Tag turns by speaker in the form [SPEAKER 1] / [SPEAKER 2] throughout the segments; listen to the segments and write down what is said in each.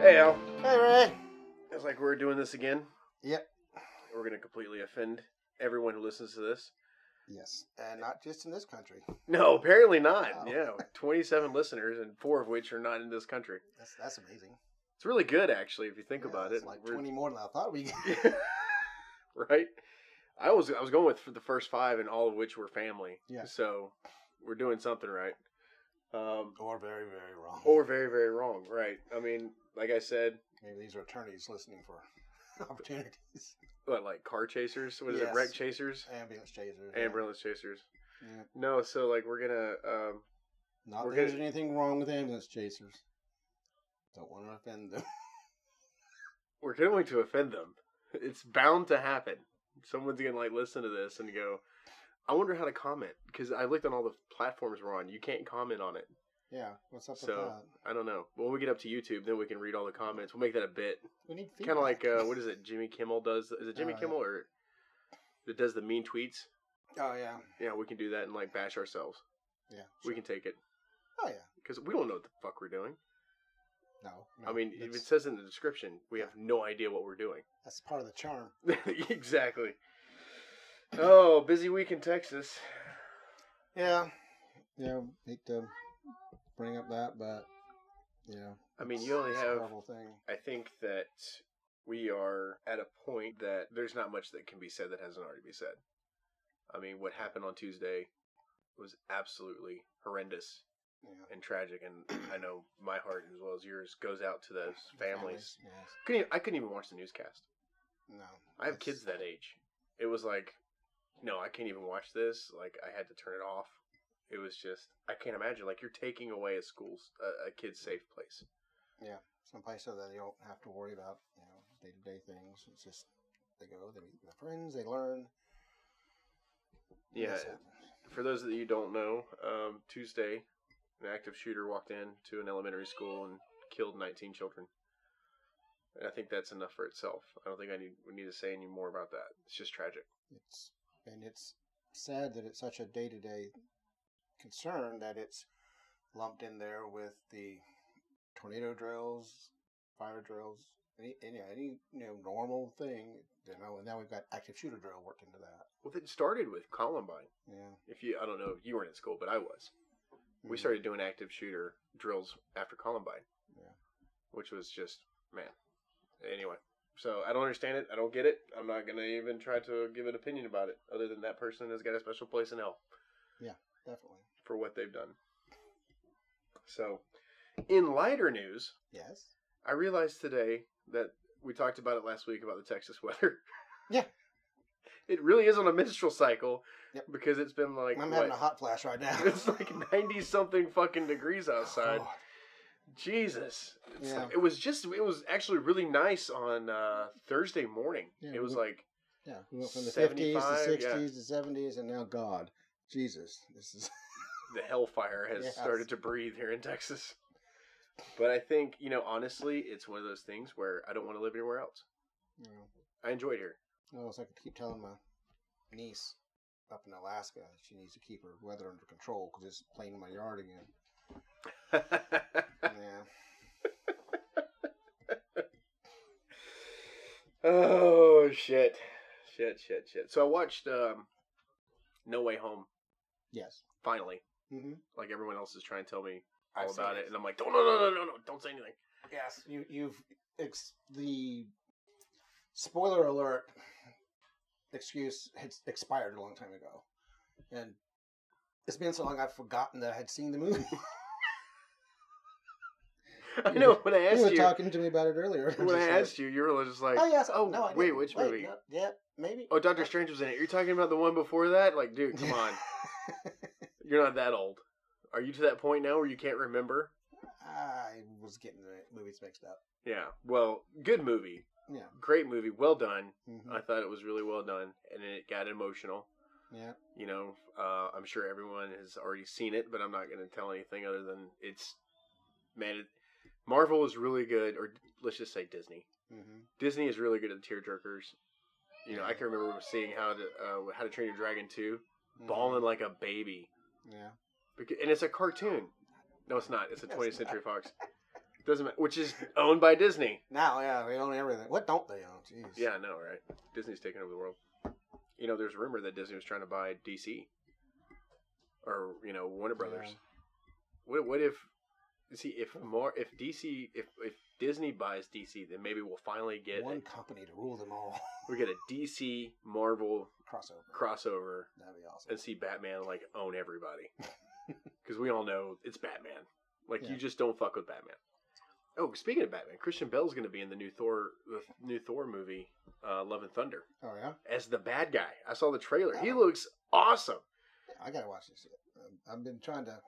[SPEAKER 1] Hey, Al.
[SPEAKER 2] Hey, Ray.
[SPEAKER 1] It's like we're doing this again.
[SPEAKER 2] Yep.
[SPEAKER 1] We're going to completely offend everyone who listens to this.
[SPEAKER 2] Yes, and not just in this country.
[SPEAKER 1] No, apparently not.
[SPEAKER 2] Wow.
[SPEAKER 1] Yeah, 27 listeners, and four of which are not in this country.
[SPEAKER 2] That's that's amazing.
[SPEAKER 1] It's really good, actually, if you think
[SPEAKER 2] Yeah,
[SPEAKER 1] about
[SPEAKER 2] that's
[SPEAKER 1] it.
[SPEAKER 2] like
[SPEAKER 1] We're-
[SPEAKER 2] twenty more than I thought we.
[SPEAKER 1] right? I was I was going with the first five, and all of which were family.
[SPEAKER 2] Yeah.
[SPEAKER 1] So we're doing something right. Um,
[SPEAKER 2] or very, very wrong.
[SPEAKER 1] or very very wrong. Right. I mean, like I said,
[SPEAKER 2] maybe these are attorneys listening for opportunities.
[SPEAKER 1] what like car chasers? What is
[SPEAKER 2] Yes.
[SPEAKER 1] it? Wreck chasers?
[SPEAKER 2] Ambulance chasers. yeah.
[SPEAKER 1] Ambulance chasers.
[SPEAKER 2] Yeah.
[SPEAKER 1] No. So like we're gonna. Um,
[SPEAKER 2] Not
[SPEAKER 1] We're
[SPEAKER 2] that there's
[SPEAKER 1] gonna-
[SPEAKER 2] anything wrong with ambulance chasers. Don't want to offend them.
[SPEAKER 1] we're going to offend them. It's bound to happen. Someone's gonna like listen to this and go, "I wonder how to comment." Because I looked on all the platforms we're on. You can't comment on it.
[SPEAKER 2] Yeah, what's up with
[SPEAKER 1] So-
[SPEAKER 2] that?
[SPEAKER 1] I don't know. When we get up to YouTube, then we can read all the comments. We'll make that a bit.
[SPEAKER 2] We need feedback.
[SPEAKER 1] Kind of like uh, what is it? Jimmy Kimmel does. Is it Jimmy
[SPEAKER 2] Oh, yeah.
[SPEAKER 1] Kimmel or that does the mean tweets?
[SPEAKER 2] Oh yeah.
[SPEAKER 1] Yeah, we can do that and like bash ourselves.
[SPEAKER 2] Yeah.
[SPEAKER 1] We can take it
[SPEAKER 2] Oh yeah.
[SPEAKER 1] because we don't know what the fuck we're doing.
[SPEAKER 2] No.
[SPEAKER 1] I mean, if
[SPEAKER 2] that's,
[SPEAKER 1] it says in the description, we have no idea what we're doing.
[SPEAKER 2] that's part of the charm.
[SPEAKER 1] exactly. Oh, busy week in Texas.
[SPEAKER 2] Yeah. Yeah. Hate to bring up that, but yeah.
[SPEAKER 1] I mean,
[SPEAKER 2] it's-
[SPEAKER 1] you only
[SPEAKER 2] it's a
[SPEAKER 1] have.
[SPEAKER 2] horrible thing.
[SPEAKER 1] I think that we are at a point that there's not much that can be said that hasn't already been said. I mean, what happened on Tuesday was absolutely horrendous
[SPEAKER 2] Yeah.
[SPEAKER 1] and tragic, and I know my heart as well as yours goes out to those families.
[SPEAKER 2] Yes.
[SPEAKER 1] Couldn't even, I couldn't even watch the newscast.
[SPEAKER 2] No.
[SPEAKER 1] I have
[SPEAKER 2] that's-
[SPEAKER 1] kids that age. It was like, no, I can't even watch this. Like, I had to turn it off. It was just, I can't imagine. Like, you're taking away a school's a, a kid's safe place.
[SPEAKER 2] someplace so that they don't have to worry about you know day to day things. It's just they go, they meet their friends, they learn.
[SPEAKER 1] Yeah,
[SPEAKER 2] That's it.
[SPEAKER 1] for those that you don't know, um, Tuesday, an active shooter walked in to an elementary school and killed 19 children. And I think that's enough for itself. I don't think I need we need to say any more about that. It's just tragic.
[SPEAKER 2] it's and it's sad that it's such a day to day concern that it's lumped in there with the tornado drills, fire drills, any any, any you know normal thing. You know, and now we've got active shooter drill worked into that.
[SPEAKER 1] Well, it started with Columbine.
[SPEAKER 2] Yeah, Mm,
[SPEAKER 1] If you, I don't know if you weren't at school, but I was. We started doing active shooter drills after Columbine,
[SPEAKER 2] Yeah.
[SPEAKER 1] which was just man. Anyway, so I don't understand it. I don't get it. I'm not gonna even try to give an opinion about it, other than that person has got a special place in hell.
[SPEAKER 2] definitely.
[SPEAKER 1] for what they've done. So, in lighter news,
[SPEAKER 2] Yes.
[SPEAKER 1] I realized today that we talked about it last week about the Texas weather.
[SPEAKER 2] Yeah.
[SPEAKER 1] It really is on a menstrual cycle
[SPEAKER 2] Yep.
[SPEAKER 1] because it's been like
[SPEAKER 2] I'm
[SPEAKER 1] what?
[SPEAKER 2] having a hot Oh. flash right now.
[SPEAKER 1] it's like 90 something fucking degrees outside.
[SPEAKER 2] God.
[SPEAKER 1] Jesus. It's
[SPEAKER 2] Yeah.
[SPEAKER 1] like- it was just it was actually really nice on uh, Thursday morning.
[SPEAKER 2] Yeah,
[SPEAKER 1] it was
[SPEAKER 2] well-
[SPEAKER 1] like
[SPEAKER 2] Yeah, we went from the fifties to
[SPEAKER 1] 75, yeah.
[SPEAKER 2] sixties to seventies, and now God, Jesus, this is
[SPEAKER 1] the hellfire has
[SPEAKER 2] Yes.
[SPEAKER 1] started to breathe here in Texas. But I think, you know, honestly, it's one of those things where I don't want to live anywhere else.
[SPEAKER 2] you know,
[SPEAKER 1] I enjoyed here.
[SPEAKER 2] almost like I keep telling my niece up in Alaska she needs to keep her weather under control because it's playing in my yard again. yeah,
[SPEAKER 1] oh shit. Shit, shit, shit. So I watched um No Way Home,
[SPEAKER 2] yes.
[SPEAKER 1] finally.
[SPEAKER 2] Mm-hmm.
[SPEAKER 1] Like everyone else is trying to tell me all
[SPEAKER 2] I've seen
[SPEAKER 1] about
[SPEAKER 2] it.
[SPEAKER 1] it, and I'm like, don't no no no no no don't say anything.
[SPEAKER 2] Yes, you you've ex- the spoiler alert excuse had expired a long time ago, and it's been so long I've forgotten that I had seen the movie.
[SPEAKER 1] I know when I
[SPEAKER 2] you were
[SPEAKER 1] asked you
[SPEAKER 2] talking to me about it earlier.
[SPEAKER 1] when I
[SPEAKER 2] Just like-
[SPEAKER 1] asked you, you were just like
[SPEAKER 2] Oh yes.
[SPEAKER 1] Oh,
[SPEAKER 2] Oh no. I
[SPEAKER 1] wait,
[SPEAKER 2] didn't.
[SPEAKER 1] which movie?
[SPEAKER 2] no, yeah, maybe.
[SPEAKER 1] Oh Doctor Strange was in it. You're talking about the one before that? Like, dude, come on. You're not that old. Are you to that point now where you can't remember?
[SPEAKER 2] I was getting the movies mixed up.
[SPEAKER 1] Yeah. Well, good movie.
[SPEAKER 2] Yeah.
[SPEAKER 1] Great movie. Well done.
[SPEAKER 2] hmm
[SPEAKER 1] I thought it was really well done, and it got emotional.
[SPEAKER 2] yeah.
[SPEAKER 1] You know, uh, I'm sure everyone has already seen it, but I'm not going to tell anything other than it's man. It, Marvel is really good, or let's just say Disney.
[SPEAKER 2] hmm
[SPEAKER 1] Disney is really good at the tear jerkers. You know, I can remember seeing how to uh, How to Train Your Dragon two, bawling like a baby.
[SPEAKER 2] mm-hmm, Yeah.
[SPEAKER 1] Because, and it's a cartoon. No, it's not. It's a
[SPEAKER 2] That's
[SPEAKER 1] 20th Century Fox. Doesn't matter. Which is owned by Disney.
[SPEAKER 2] Now, yeah, they own everything. What don't they own? Jeez.
[SPEAKER 1] Yeah, I know, right? Disney's taking over the world. You know, there's a rumor that Disney was trying to buy DC or you know Warner Brothers.
[SPEAKER 2] Yeah.
[SPEAKER 1] What what if see if more if DC if if Disney buys DC, then maybe we'll finally get
[SPEAKER 2] One company to rule them all.
[SPEAKER 1] we get a DC Marvel
[SPEAKER 2] Crossover.
[SPEAKER 1] crossover
[SPEAKER 2] That'd be awesome.
[SPEAKER 1] and see Batman like own everybody because we all know it's Batman. Like
[SPEAKER 2] Yeah.
[SPEAKER 1] you just don't fuck with Batman. Oh, speaking of Batman, Christian Bell's going to be in the new Thor, the new Thor movie, uh, Love and Thunder,
[SPEAKER 2] Oh yeah,
[SPEAKER 1] as the bad guy. I saw the trailer. He
[SPEAKER 2] Oh.
[SPEAKER 1] looks awesome.
[SPEAKER 2] I gotta watch this. shit. Um, I've been trying to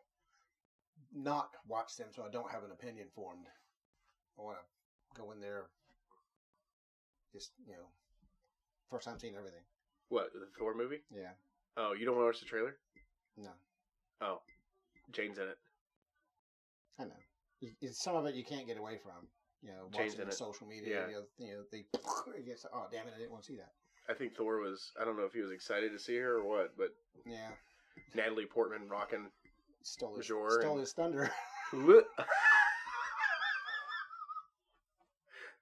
[SPEAKER 2] not watch them, so I don't have an opinion formed. I want to go in there, just you know, first time seeing everything.
[SPEAKER 1] What the Thor movie?
[SPEAKER 2] Yeah.
[SPEAKER 1] Oh, you don't want to watch the trailer?
[SPEAKER 2] No,
[SPEAKER 1] Oh, Jane's in it.
[SPEAKER 2] I know. You- you- Some of it you can't get away from. You know,
[SPEAKER 1] Changed
[SPEAKER 2] watching
[SPEAKER 1] in
[SPEAKER 2] the
[SPEAKER 1] it.
[SPEAKER 2] social
[SPEAKER 1] Yeah.
[SPEAKER 2] media. You know, you know they. Yes, oh damn it! I didn't want to see that.
[SPEAKER 1] I think Thor was. I don't know if he was excited to see her or what, but
[SPEAKER 2] Yeah,
[SPEAKER 1] Natalie Portman rocking.
[SPEAKER 2] stole his
[SPEAKER 1] Majora
[SPEAKER 2] stole
[SPEAKER 1] and-
[SPEAKER 2] his thunder.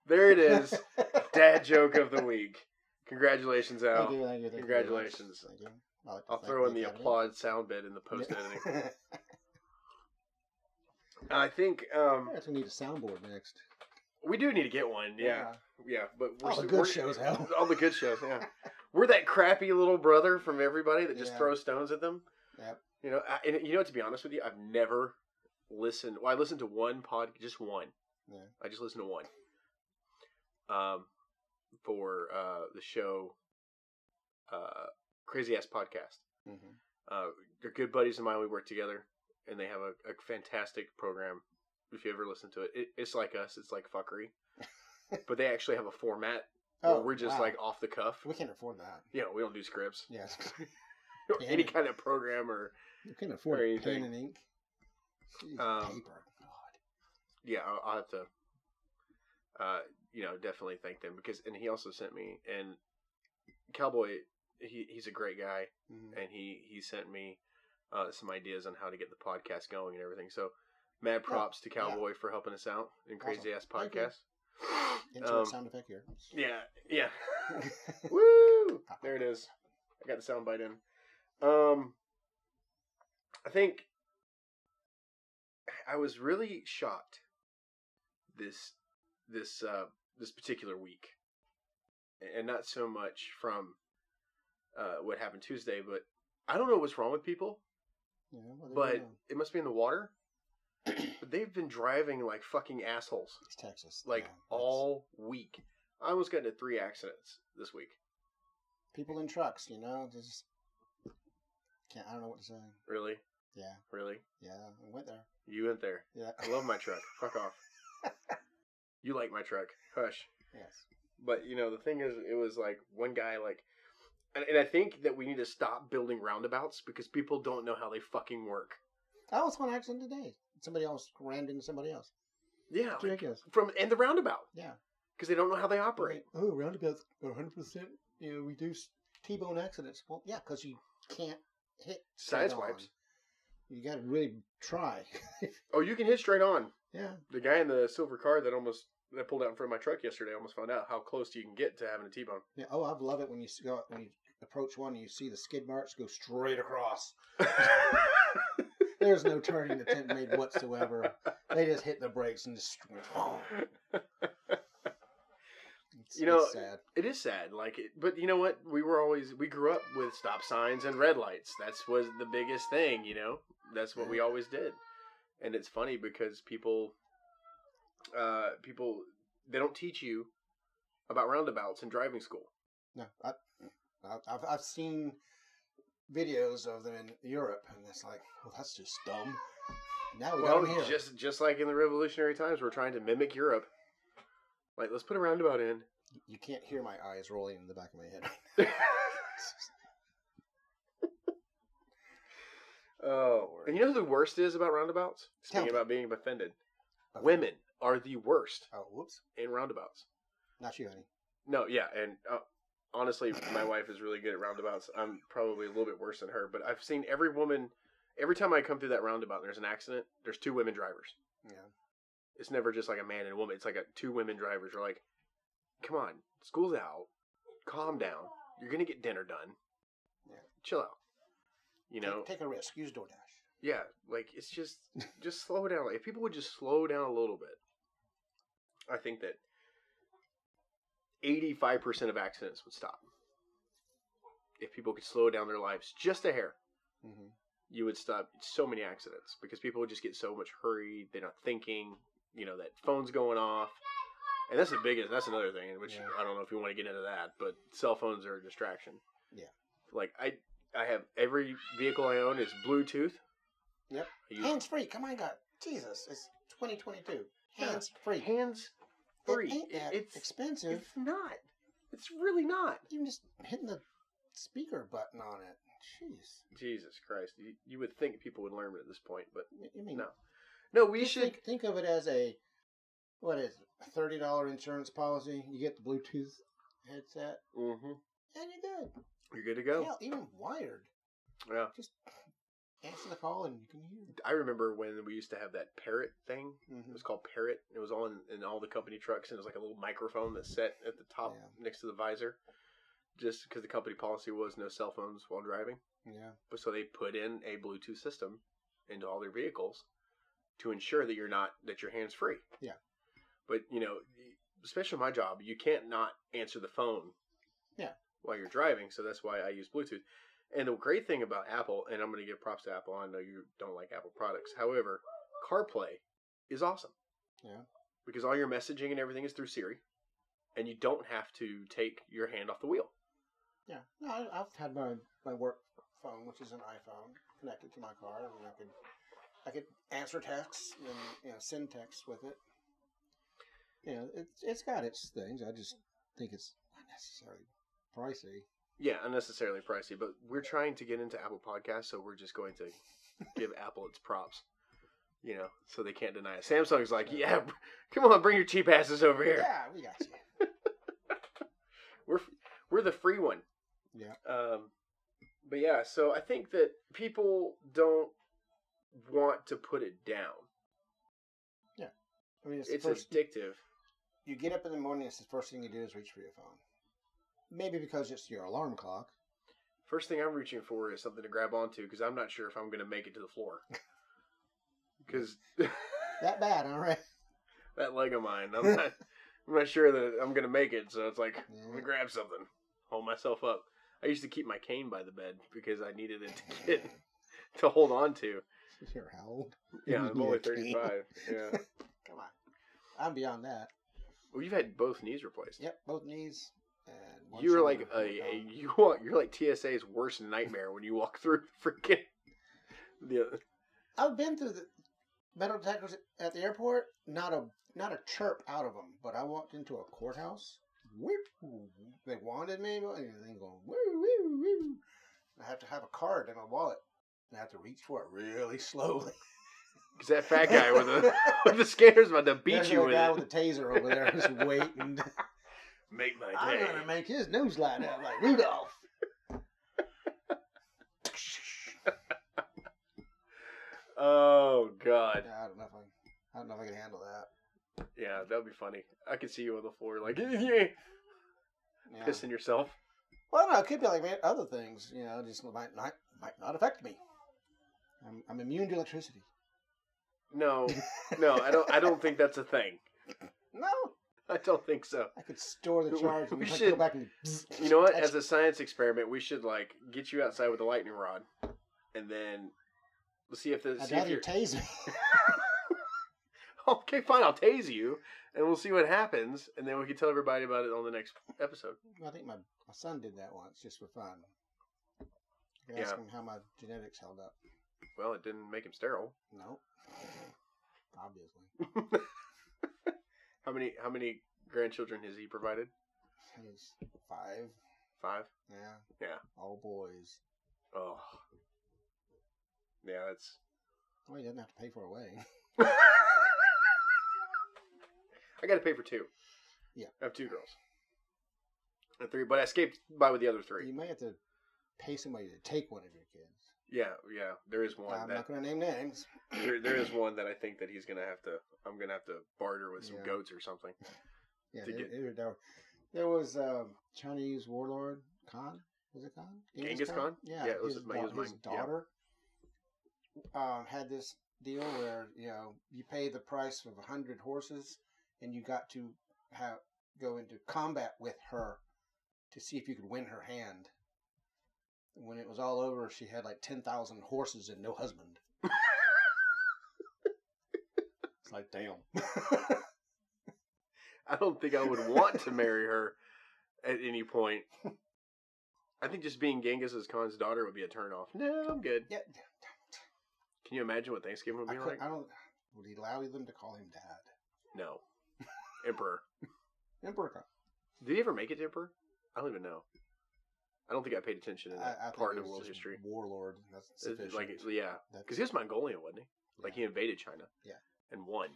[SPEAKER 1] there it is. Dad joke of the week. Congratulations,
[SPEAKER 2] Thank
[SPEAKER 1] Al.
[SPEAKER 2] you, thank you, thank you very much.
[SPEAKER 1] Congratulations.
[SPEAKER 2] Thank you. I'd like to
[SPEAKER 1] I'll
[SPEAKER 2] thank
[SPEAKER 1] throw in the
[SPEAKER 2] Academy.
[SPEAKER 1] applaud sound bit in the post editing.
[SPEAKER 2] Yeah.
[SPEAKER 1] I think um,
[SPEAKER 2] I actually need a soundboard next.
[SPEAKER 1] we do need to get one. Yeah, yeah. but
[SPEAKER 2] All the good
[SPEAKER 1] we're-
[SPEAKER 2] shows, Al.
[SPEAKER 1] All the good shows. Yeah, we're that crappy little brother from everybody that just
[SPEAKER 2] Yeah.
[SPEAKER 1] throws stones at them.
[SPEAKER 2] Yep.
[SPEAKER 1] You know, I, and you know. To be honest with you, I've never listened. Well, I listened to one pod, just one.
[SPEAKER 2] Yeah.
[SPEAKER 1] I just listened to one. Um, for uh the show, uh, Crazy Ass Podcast.
[SPEAKER 2] Mm-hmm.
[SPEAKER 1] Uh, they're good buddies of mine. We work together, and they have a, a fantastic program. If you ever listen to it. it, it's like us. It's like fuckery, but they actually have a format where we're just like off the cuff.
[SPEAKER 2] Oh, we can't afford that.
[SPEAKER 1] You know, we don't do scripts,
[SPEAKER 2] Yes,
[SPEAKER 1] or
[SPEAKER 2] Damn
[SPEAKER 1] any
[SPEAKER 2] it.
[SPEAKER 1] kind of program, or
[SPEAKER 2] we can't afford
[SPEAKER 1] Or
[SPEAKER 2] pen
[SPEAKER 1] anything.
[SPEAKER 2] and ink. Jeez,
[SPEAKER 1] Um,
[SPEAKER 2] paper. God.
[SPEAKER 1] yeah, I'll, I'll have to, uh, you know, definitely thank them because. And he also sent me and Cowboy. He he's a great guy,
[SPEAKER 2] Mhm.
[SPEAKER 1] and he he sent me uh, some ideas on how to get the podcast going and everything. So, mad props to Cowboy for helping us out in Crazy Ass
[SPEAKER 2] Thank you.
[SPEAKER 1] Podcast.
[SPEAKER 2] Insert
[SPEAKER 1] Um,
[SPEAKER 2] sound effect here.
[SPEAKER 1] yeah, yeah. Woo! Ah, There it is. I got the sound bite in. Um, I think I was really shocked this this uh this particular week, and not so much from uh what happened Tuesday, but I don't know what's wrong with people,
[SPEAKER 2] Yeah, well, there you
[SPEAKER 1] but
[SPEAKER 2] go.
[SPEAKER 1] it must be in the water. But they've been driving like fucking assholes
[SPEAKER 2] it's Texas.
[SPEAKER 1] like
[SPEAKER 2] Yeah, that's-
[SPEAKER 1] all week. I almost got into three accidents this week.
[SPEAKER 2] people in trucks. You know, they just can't. I don't know what to say.
[SPEAKER 1] Really,
[SPEAKER 2] Yeah,
[SPEAKER 1] really,
[SPEAKER 2] yeah. I went there.
[SPEAKER 1] you went there.
[SPEAKER 2] Yeah.
[SPEAKER 1] I love my truck. Fuck off. You like my truck. Hush.
[SPEAKER 2] Yes.
[SPEAKER 1] But you know the thing is, it was like one guy like, and, and I think that we need to stop building roundabouts because people don't know how they fucking work.
[SPEAKER 2] I was on accident today. Somebody else rammed into somebody else.
[SPEAKER 1] Yeah, like,
[SPEAKER 2] It's ridiculous.
[SPEAKER 1] from and the roundabout
[SPEAKER 2] Yeah.
[SPEAKER 1] because they don't know how they operate.
[SPEAKER 2] Like, Oh, roundabouts are 100% you know, reduce T-bone accidents. Well, yeah, because you can't hit straight on.
[SPEAKER 1] Sideswipes.
[SPEAKER 2] You got to really try.
[SPEAKER 1] Oh, you can hit straight on.
[SPEAKER 2] yeah,
[SPEAKER 1] The guy in the silver car that almost that pulled out in front of my truck yesterday almost found out how close you can get to having a T-bone.
[SPEAKER 2] yeah. Oh, I love it when you s- go when you approach one and you see the skid marks go straight across. There's no turning attempt made whatsoever. They just hit the brakes and just. It's,
[SPEAKER 1] You know-
[SPEAKER 2] it's sad.
[SPEAKER 1] It is sad, like it, but you know what? We were always we grew up with stop signs and red lights. That's was the biggest thing, you know. That's what we always did, and it's funny because people, uh, people they don't teach you about roundabouts in driving school.
[SPEAKER 2] No, I, I- I've I've seen videos of them in Europe, and it's like, well, that's just dumb. Now we
[SPEAKER 1] Well,
[SPEAKER 2] got them here.
[SPEAKER 1] just just like in the revolutionary times, we're trying to mimic Europe. Like, let's put a roundabout in.
[SPEAKER 2] You can't hear my eyes rolling in the back of my head.
[SPEAKER 1] oh, and you know who the worst is about roundabouts?
[SPEAKER 2] Tell
[SPEAKER 1] Speaking
[SPEAKER 2] me.
[SPEAKER 1] about being offended, women are the worst
[SPEAKER 2] Oh, whoops!
[SPEAKER 1] in roundabouts.
[SPEAKER 2] Not you, honey.
[SPEAKER 1] No, yeah, and uh, honestly, my wife is really good at roundabouts. I'm probably a little bit worse than her, but I've seen every woman. Every time I come through that roundabout, and there's an accident. There's two women drivers.
[SPEAKER 2] Yeah.
[SPEAKER 1] It's never just like a man and a woman. It's like a, two women drivers are like, come on, school's out. Calm down. You're going to get dinner done.
[SPEAKER 2] Yeah.
[SPEAKER 1] Chill out. You know,
[SPEAKER 2] take, take a risk. Use DoorDash.
[SPEAKER 1] yeah, like it's just just slow down. Like, if people would just slow down a little bit, I think that eighty five percent of accidents would stop. If people could slow down their lives just a hair,
[SPEAKER 2] Mm-hmm.
[SPEAKER 1] you would stop so many accidents because people would just get so much hurried. They're not thinking. You know that phone's going off, and that's the biggest. That's another thing, which
[SPEAKER 2] Yeah.
[SPEAKER 1] I don't know if we want to get into that, but cell phones are a distraction.
[SPEAKER 2] Yeah.
[SPEAKER 1] like I, I have every vehicle I own is Bluetooth.
[SPEAKER 2] Yep.
[SPEAKER 1] I use
[SPEAKER 2] Hands free. Come on, God. Jesus, it's 2022. Hands free.
[SPEAKER 1] hands free.
[SPEAKER 2] It ain't
[SPEAKER 1] It-
[SPEAKER 2] that
[SPEAKER 1] it's
[SPEAKER 2] expensive.
[SPEAKER 1] it's not. It's really not.
[SPEAKER 2] Even just hitting the speaker button on it. Jeez.
[SPEAKER 1] Jesus Christ! You, you would think people would learn at this point, but
[SPEAKER 2] Y- You mean
[SPEAKER 1] no, no. We
[SPEAKER 2] just
[SPEAKER 1] should.
[SPEAKER 2] think, think of it as a what is it, a thirty dollar insurance policy? You get the Bluetooth headset,
[SPEAKER 1] hmm
[SPEAKER 2] and you're good.
[SPEAKER 1] You're good to go.
[SPEAKER 2] Hell, even wired.
[SPEAKER 1] Yeah.
[SPEAKER 2] Just answer the call, and you can hear.
[SPEAKER 1] I remember when we used to have that parrot thing. It
[SPEAKER 2] Mm-hmm.
[SPEAKER 1] was called Parrot. It was all in, in all the company trucks, and it was like a little microphone that sat at the top
[SPEAKER 2] Yeah.
[SPEAKER 1] next to the visor, just because the company policy was no cell phones while driving.
[SPEAKER 2] Yeah.
[SPEAKER 1] But so they put in a Bluetooth system into all their vehicles to ensure that you're not that your hands free.
[SPEAKER 2] Yeah.
[SPEAKER 1] But you know, especially my job, you can't not answer the phone.
[SPEAKER 2] Yeah.
[SPEAKER 1] While you're driving, so that's why I use Bluetooth. And the great thing about Apple, and I'm going to give props to Apple. I know you don't like Apple products, however, CarPlay is awesome.
[SPEAKER 2] Yeah.
[SPEAKER 1] Because all your messaging and everything is through Siri, and you don't have to take your hand off the wheel.
[SPEAKER 2] Yeah. No, I, I've had my my work phone, which is an iPhone, connected to my car. I mean, I could I could answer texts and you know, send texts with it. You know, it's it's got its things. I just think it's not necessarily pricey.
[SPEAKER 1] Yeah, unnecessarily pricey, but we're trying to get into Apple Podcasts, so we're just going to give Apple its props. You know, so they can't deny it. Samsung's like, yeah, br- come on, bring your cheap asses over here.
[SPEAKER 2] Yeah, we got you.
[SPEAKER 1] We're f- we're the free one.
[SPEAKER 2] Yeah.
[SPEAKER 1] Um, but yeah, so I think that people don't want to put it down.
[SPEAKER 2] I mean, it's,
[SPEAKER 1] It's
[SPEAKER 2] the first.
[SPEAKER 1] addictive.
[SPEAKER 2] you get up in the morning. It's the first thing you do is reach for your phone. Maybe because it's your alarm clock.
[SPEAKER 1] First thing I'm reaching for is something to grab onto because I'm not sure if I'm going to make it to the floor. Because
[SPEAKER 2] That bad, all right.
[SPEAKER 1] that leg of mine. I'm not, I'm not sure that I'm gonna make it. So it's like I'm
[SPEAKER 2] Yeah.
[SPEAKER 1] gonna grab something, hold myself up. I used to keep my cane by the bed because I needed it to get to hold on to.
[SPEAKER 2] You're how old?
[SPEAKER 1] Yeah,
[SPEAKER 2] You
[SPEAKER 1] I'm
[SPEAKER 2] need
[SPEAKER 1] only
[SPEAKER 2] a cane.
[SPEAKER 1] 35. Yeah.
[SPEAKER 2] Come on. I'm beyond that.
[SPEAKER 1] Well, you've had both knees replaced.
[SPEAKER 2] Yep, both knees. And one
[SPEAKER 1] You're like
[SPEAKER 2] shoulder.
[SPEAKER 1] a, a you walk, you're like TSA's worst nightmare when you walk through the freaking the
[SPEAKER 2] I've been through the metal detectors at the airport. Not a not a chirp out of them, but I walked into a courthouse. Whoop! They wanted me, but and then going woo woo woo. I have to have a card in my wallet, and I have to reach for it really slowly.
[SPEAKER 1] because that fat guy with the with the scanner's about to beat
[SPEAKER 2] There's
[SPEAKER 1] you
[SPEAKER 2] that
[SPEAKER 1] with
[SPEAKER 2] guy
[SPEAKER 1] it.
[SPEAKER 2] with the taser over there just waiting.
[SPEAKER 1] Make my
[SPEAKER 2] I'm
[SPEAKER 1] day.
[SPEAKER 2] gonna make his nose light up like Rudolph.
[SPEAKER 1] Oh god.
[SPEAKER 2] Yeah, I don't know if I, I don't know if I can handle that.
[SPEAKER 1] Yeah, that would be funny. I could see you on the floor, like yeah,
[SPEAKER 2] Yeah.
[SPEAKER 1] pissing yourself.
[SPEAKER 2] Well, no, it could be like man, other things. You know, just might not might not affect me. I'm, I'm immune to electricity.
[SPEAKER 1] No, no, I don't. I don't think that's a thing.
[SPEAKER 2] No,
[SPEAKER 1] I don't think so.
[SPEAKER 2] I could store the
[SPEAKER 1] We-
[SPEAKER 2] charge and
[SPEAKER 1] we
[SPEAKER 2] like, go
[SPEAKER 1] should-
[SPEAKER 2] back and.
[SPEAKER 1] You know what? As a science experiment, we should like get you outside with a lightning rod, and then we'll see if the see
[SPEAKER 2] I
[SPEAKER 1] if
[SPEAKER 2] doubt you
[SPEAKER 1] you're
[SPEAKER 2] tase me.
[SPEAKER 1] okay. Fine, I'll tase you, and we'll see what happens, and then we can tell everybody about it on the next episode.
[SPEAKER 2] I think my, my son did that once just for fun. I
[SPEAKER 1] Yeah.
[SPEAKER 2] asked him how my genetics held up.
[SPEAKER 1] Well, it didn't make him sterile.
[SPEAKER 2] No, obviously.
[SPEAKER 1] How many? How many grandchildren has he provided?
[SPEAKER 2] He was five.
[SPEAKER 1] Five.
[SPEAKER 2] Yeah.
[SPEAKER 1] Yeah.
[SPEAKER 2] All boys.
[SPEAKER 1] Oh, yeah, that's
[SPEAKER 2] Well, he doesn't have to pay for a wedding.
[SPEAKER 1] I got to pay for two.
[SPEAKER 2] Yeah.
[SPEAKER 1] I have two girls. And three, but I escaped by with the other three.
[SPEAKER 2] You may have to pay somebody to take one of your kids.
[SPEAKER 1] Yeah, yeah. There is one
[SPEAKER 2] I'm
[SPEAKER 1] that
[SPEAKER 2] not going to name names.
[SPEAKER 1] there, there is one that I think that he's gonna have to. I'm gonna have to barter with some
[SPEAKER 2] Yeah.
[SPEAKER 1] goats or something.
[SPEAKER 2] Yeah,
[SPEAKER 1] to
[SPEAKER 2] there,
[SPEAKER 1] get-
[SPEAKER 2] there, there, there was um, Chinese warlord Khan. Was it Khan?
[SPEAKER 1] Genghis Khan?
[SPEAKER 2] Yeah,
[SPEAKER 1] Yeah, it was
[SPEAKER 2] his,
[SPEAKER 1] his- it was
[SPEAKER 2] da- his
[SPEAKER 1] mine, yeah.
[SPEAKER 2] daughter um, had this deal where you know you pay the price of a hundred horses, and you got to have go into combat with her to see if you could win her hand. When it was all over, she had like ten thousand horses and no husband. it's like damn.
[SPEAKER 1] I don't think I would want to marry her at any point. I think just being Genghis Khan's daughter would be a turnoff. No, I'm good.
[SPEAKER 2] yeah,
[SPEAKER 1] Can you imagine what Thanksgiving would
[SPEAKER 2] I,
[SPEAKER 1] be
[SPEAKER 2] could,
[SPEAKER 1] like?
[SPEAKER 2] I don't. Would he allow them to call him dad?
[SPEAKER 1] No, Emperor.
[SPEAKER 2] Emperor Khan.
[SPEAKER 1] Did he ever make it to Emperor? I don't even know. I don't think I paid attention to that
[SPEAKER 2] I, I
[SPEAKER 1] part
[SPEAKER 2] think it
[SPEAKER 1] of
[SPEAKER 2] was
[SPEAKER 1] world
[SPEAKER 2] just
[SPEAKER 1] history.
[SPEAKER 2] Warlord. That's
[SPEAKER 1] It's
[SPEAKER 2] sufficient.
[SPEAKER 1] Like, it's- yeah,
[SPEAKER 2] That
[SPEAKER 1] because he was Mongolian, wasn't he? Like
[SPEAKER 2] Yeah.
[SPEAKER 1] he invaded China.
[SPEAKER 2] Yeah.
[SPEAKER 1] And won,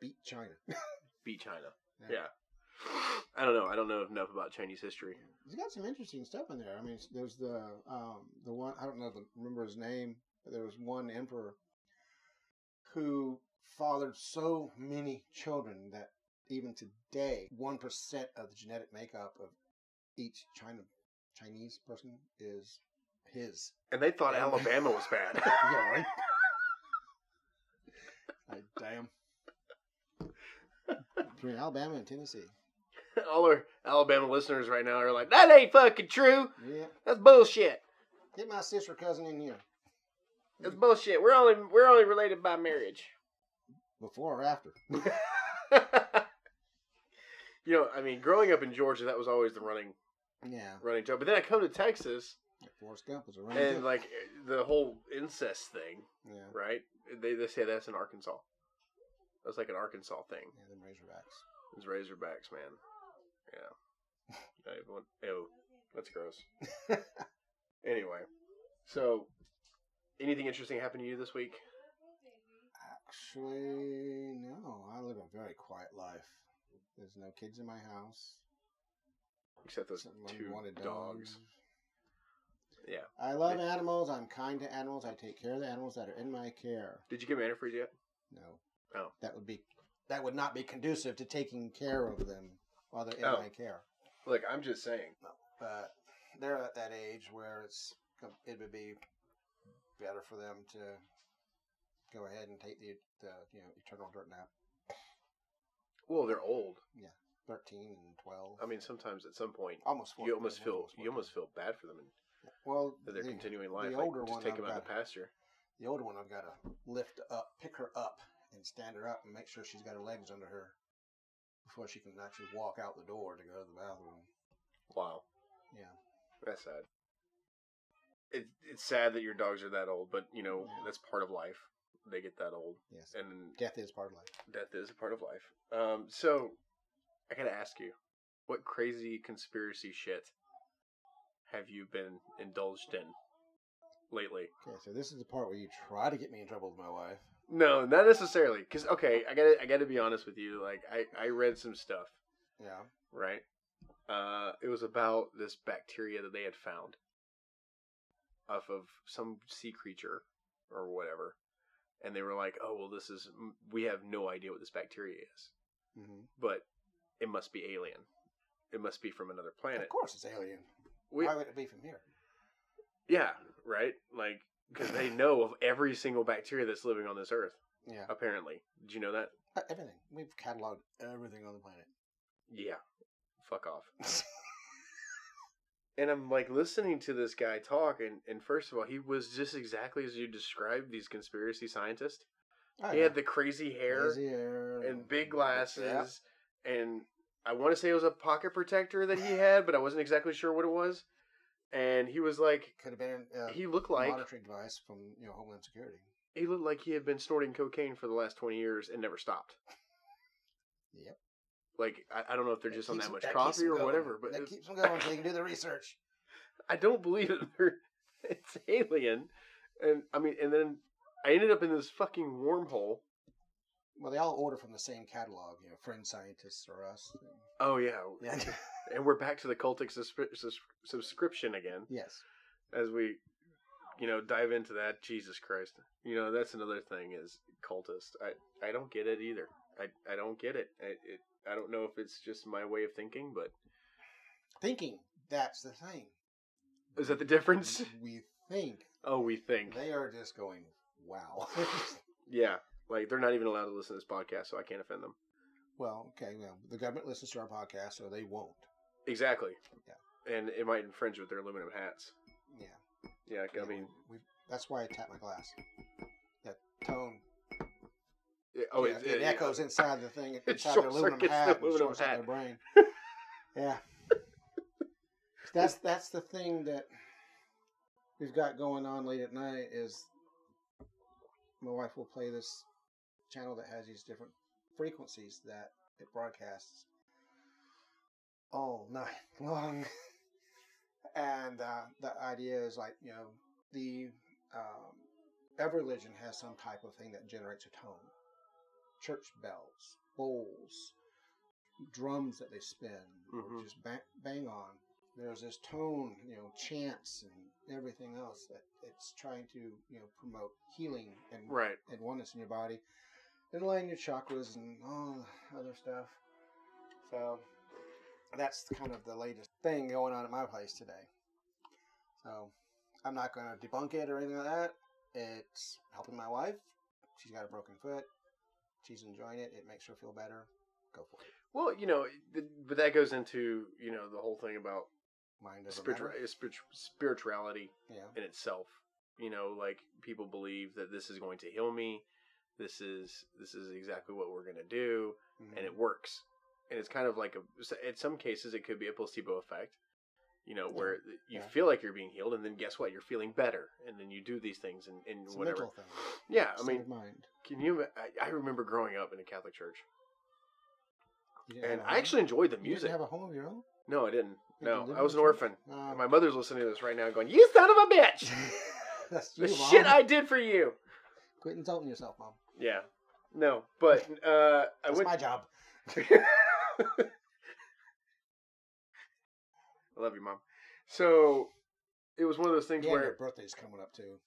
[SPEAKER 2] beat China.
[SPEAKER 1] beat China.
[SPEAKER 2] Yeah.
[SPEAKER 1] Yeah. I don't know. I don't know enough about Chinese history.
[SPEAKER 2] He's got some interesting stuff in there. I mean, there's the um, the one I don't know the remember his name, but there was one emperor who fathered so many children that even today, one percent of the genetic makeup of each China Chinese person is his.
[SPEAKER 1] And they thought
[SPEAKER 2] Yeah.
[SPEAKER 1] Alabama was bad.
[SPEAKER 2] yeah, right. like, damn. Between Alabama and Tennessee.
[SPEAKER 1] All our Alabama listeners right now are like, that ain't fucking true.
[SPEAKER 2] Yeah.
[SPEAKER 1] That's bullshit.
[SPEAKER 2] Get my sister cousin in here.
[SPEAKER 1] That's bullshit. We're only we're only related by marriage.
[SPEAKER 2] Before or after.
[SPEAKER 1] you know, I mean, growing up in Georgia, that was always the running
[SPEAKER 2] Yeah.
[SPEAKER 1] running joke. But then I come to Texas,
[SPEAKER 2] Forrest Gump was around.
[SPEAKER 1] and
[SPEAKER 2] too.
[SPEAKER 1] like the whole incest thing,
[SPEAKER 2] yeah. yeah.
[SPEAKER 1] right? They they say that's in Arkansas. That's like an Arkansas thing.
[SPEAKER 2] Them Razorbacks.
[SPEAKER 1] It's Razorbacks, man. Yeah. I want- ew, that's gross. anyway, so anything interesting happened to you this week?
[SPEAKER 2] Actually, no. I live a very quiet life. There's no kids in my house.
[SPEAKER 1] Except those
[SPEAKER 2] Except one
[SPEAKER 1] two
[SPEAKER 2] wanted
[SPEAKER 1] dogs. Yeah.
[SPEAKER 2] I love animals. I'm kind to animals. I take care of the animals that are in my care.
[SPEAKER 1] Did you get Mana Freeze yet?
[SPEAKER 2] No.
[SPEAKER 1] Oh.
[SPEAKER 2] That would be that would not be conducive to taking care of them while they're in
[SPEAKER 1] Oh.
[SPEAKER 2] my care.
[SPEAKER 1] Look, I'm just saying.
[SPEAKER 2] But they're at that age where it's it would be better for them to go ahead and take the, the you know eternal dirt nap.
[SPEAKER 1] Well, they're old.
[SPEAKER 2] Thirteen and twelve.
[SPEAKER 1] I mean, sometimes at some point
[SPEAKER 2] almost
[SPEAKER 1] Oh. you
[SPEAKER 2] 14,
[SPEAKER 1] almost feel you
[SPEAKER 2] 14.
[SPEAKER 1] almost feel bad for them and
[SPEAKER 2] well.
[SPEAKER 1] that they're
[SPEAKER 2] the-
[SPEAKER 1] continuing life.
[SPEAKER 2] the
[SPEAKER 1] like,
[SPEAKER 2] older
[SPEAKER 1] just
[SPEAKER 2] one
[SPEAKER 1] take
[SPEAKER 2] I've
[SPEAKER 1] them out of
[SPEAKER 2] got-
[SPEAKER 1] the pasture.
[SPEAKER 2] The older one, I've got to lift up, pick her up, and stand her up, and make sure she's got her legs under her before she can actually walk out the door to go to the bathroom.
[SPEAKER 1] Wow,
[SPEAKER 2] Yeah.
[SPEAKER 1] that's sad. It, it's sad that your dogs are that old, but you know
[SPEAKER 2] Yeah.
[SPEAKER 1] that's part of life. They get that old,
[SPEAKER 2] Yes.
[SPEAKER 1] and
[SPEAKER 2] Death is part of life.
[SPEAKER 1] death is a part of life. Um, so I gotta ask you, what crazy conspiracy shit have you been indulged in lately?
[SPEAKER 2] Okay, so this is the part where you try to get me in trouble with my wife.
[SPEAKER 1] No, not necessarily. Cause okay, I gotta I gotta be honest with you. Like I I read some stuff,
[SPEAKER 2] Yeah.
[SPEAKER 1] right? Uh, it was about this bacteria that they had found off of some sea creature or whatever, and they were like, oh well, this is we have no idea what this bacteria is,
[SPEAKER 2] Mm-hmm.
[SPEAKER 1] but it must be alien. It must be from another
[SPEAKER 2] Of
[SPEAKER 1] planet.
[SPEAKER 2] course, it's alien.
[SPEAKER 1] We,
[SPEAKER 2] Why would it be from here?
[SPEAKER 1] yeah, right. Like because they know of every single bacteria that's living on this earth.
[SPEAKER 2] Yeah.
[SPEAKER 1] Apparently, did you know that?
[SPEAKER 2] Uh, Everything. We've cataloged everything on the planet.
[SPEAKER 1] Yeah. Fuck off. and I'm like listening to this guy talk and, and first of all, he was just exactly as you described these conspiracy scientists.
[SPEAKER 2] Oh,
[SPEAKER 1] He
[SPEAKER 2] yeah.
[SPEAKER 1] had the crazy hair
[SPEAKER 2] Lazy hair
[SPEAKER 1] and big
[SPEAKER 2] Yeah.
[SPEAKER 1] glasses and I want to say it was a pocket protector that he had, but I wasn't exactly sure what it was. And he was like
[SPEAKER 2] Could have been uh, a
[SPEAKER 1] he looked like
[SPEAKER 2] monitoring device from you know Homeland Security.
[SPEAKER 1] he looked like he had been snorting cocaine for the last 20 years and never stopped.
[SPEAKER 2] Yep.
[SPEAKER 1] Like I, I don't know if they're just on
[SPEAKER 2] keeps-
[SPEAKER 1] that much
[SPEAKER 2] keeps
[SPEAKER 1] coffee
[SPEAKER 2] them
[SPEAKER 1] or
[SPEAKER 2] going.
[SPEAKER 1] whatever, but
[SPEAKER 2] that
[SPEAKER 1] it's-
[SPEAKER 2] keeps them going so you can do the research.
[SPEAKER 1] I don't believe it. They're- It's alien, and I mean, and then I ended up in this fucking wormhole.
[SPEAKER 2] Well, they all order from the same catalog, you know, friend scientists or us.
[SPEAKER 1] Oh yeah,
[SPEAKER 2] Yeah.
[SPEAKER 1] and we're back to the cultic subscri- subs- subscription again
[SPEAKER 2] yes.
[SPEAKER 1] as we you know dive into that jesus christ you know that's another thing is cultist i i don't get it either i i don't get it i it, i don't know if it's just my way of thinking but
[SPEAKER 2] Thinking that's the thing.
[SPEAKER 1] is that the difference
[SPEAKER 2] We think
[SPEAKER 1] oh we think
[SPEAKER 2] they are just going wow.
[SPEAKER 1] yeah like they're not even allowed to listen to this podcast so i can't offend them
[SPEAKER 2] well, okay, well, the government listens to our podcast, so they won't.
[SPEAKER 1] exactly and it might infringe with their aluminum hats
[SPEAKER 2] Yeah.
[SPEAKER 1] yeah i
[SPEAKER 2] Yeah,
[SPEAKER 1] mean
[SPEAKER 2] we, we, that's why I tap my glass. That tone.
[SPEAKER 1] it- oh
[SPEAKER 2] yeah,
[SPEAKER 1] it,
[SPEAKER 2] it, echoes inside the thing,
[SPEAKER 1] it
[SPEAKER 2] inside their
[SPEAKER 1] short
[SPEAKER 2] aluminum
[SPEAKER 1] circuits the
[SPEAKER 2] hat, and
[SPEAKER 1] aluminum
[SPEAKER 2] shorts out
[SPEAKER 1] hat.
[SPEAKER 2] their brain. yeah, that's that's the thing that we've got going on late at night. Is my wife will play this channel that has these different frequencies that it broadcasts all night long, and uh, the idea is like you know the um, every religion has some type of thing that generates a tone church bells, bowls, drums that they spin, or
[SPEAKER 1] Mhm.
[SPEAKER 2] just bang, bang on. There's this tone, you know, chants and everything else that it's trying to, you know, promote healing and,
[SPEAKER 1] right
[SPEAKER 2] and oneness in your body and align your chakras and all the other stuff. So that's kind of the latest thing going on at my place today. So I'm not going to debunk it or anything like that. It's helping my wife. She's got a broken foot. She's enjoying it. It makes her feel better. Go for it.
[SPEAKER 1] well you know th- but that goes into you know the whole thing about
[SPEAKER 2] Mine doesn't
[SPEAKER 1] spiritual
[SPEAKER 2] matter.
[SPEAKER 1] spirit- spirituality
[SPEAKER 2] Yeah.
[SPEAKER 1] in itself. You know, like people believe that this is going to heal me. This is this is exactly what we're going to do,
[SPEAKER 2] Mhm.
[SPEAKER 1] and it works. And it's kind of like a. In some cases, it could be a placebo effect. You know, where you
[SPEAKER 2] Yeah.
[SPEAKER 1] feel like you're being healed, and then guess what? You're feeling better, and then you do these things, and, and
[SPEAKER 2] It's a
[SPEAKER 1] whatever.
[SPEAKER 2] mental thing.
[SPEAKER 1] Yeah, I
[SPEAKER 2] State
[SPEAKER 1] mean,
[SPEAKER 2] of mind.
[SPEAKER 1] can you? I, I remember growing up in a Catholic church,
[SPEAKER 2] You didn't
[SPEAKER 1] and
[SPEAKER 2] have
[SPEAKER 1] I
[SPEAKER 2] a home?
[SPEAKER 1] actually enjoyed the
[SPEAKER 2] You didn't
[SPEAKER 1] music.
[SPEAKER 2] have a home of your own.
[SPEAKER 1] No, I didn't.
[SPEAKER 2] You
[SPEAKER 1] No,
[SPEAKER 2] didn't
[SPEAKER 1] I was an
[SPEAKER 2] live in a
[SPEAKER 1] orphan.
[SPEAKER 2] church? Ah.
[SPEAKER 1] And my mother's listening to this right now, going, "You son of a bitch!
[SPEAKER 2] Uh, That's
[SPEAKER 1] The
[SPEAKER 2] you,
[SPEAKER 1] shit
[SPEAKER 2] Mom.
[SPEAKER 1] I did for you."
[SPEAKER 2] Quit insulting yourself, mom.
[SPEAKER 1] Yeah. No, but uh, I
[SPEAKER 2] That's
[SPEAKER 1] went.
[SPEAKER 2] my job.
[SPEAKER 1] I love you, mom. So it was one of those
[SPEAKER 2] Yeah,
[SPEAKER 1] things
[SPEAKER 2] and your
[SPEAKER 1] where
[SPEAKER 2] birthday's coming up too.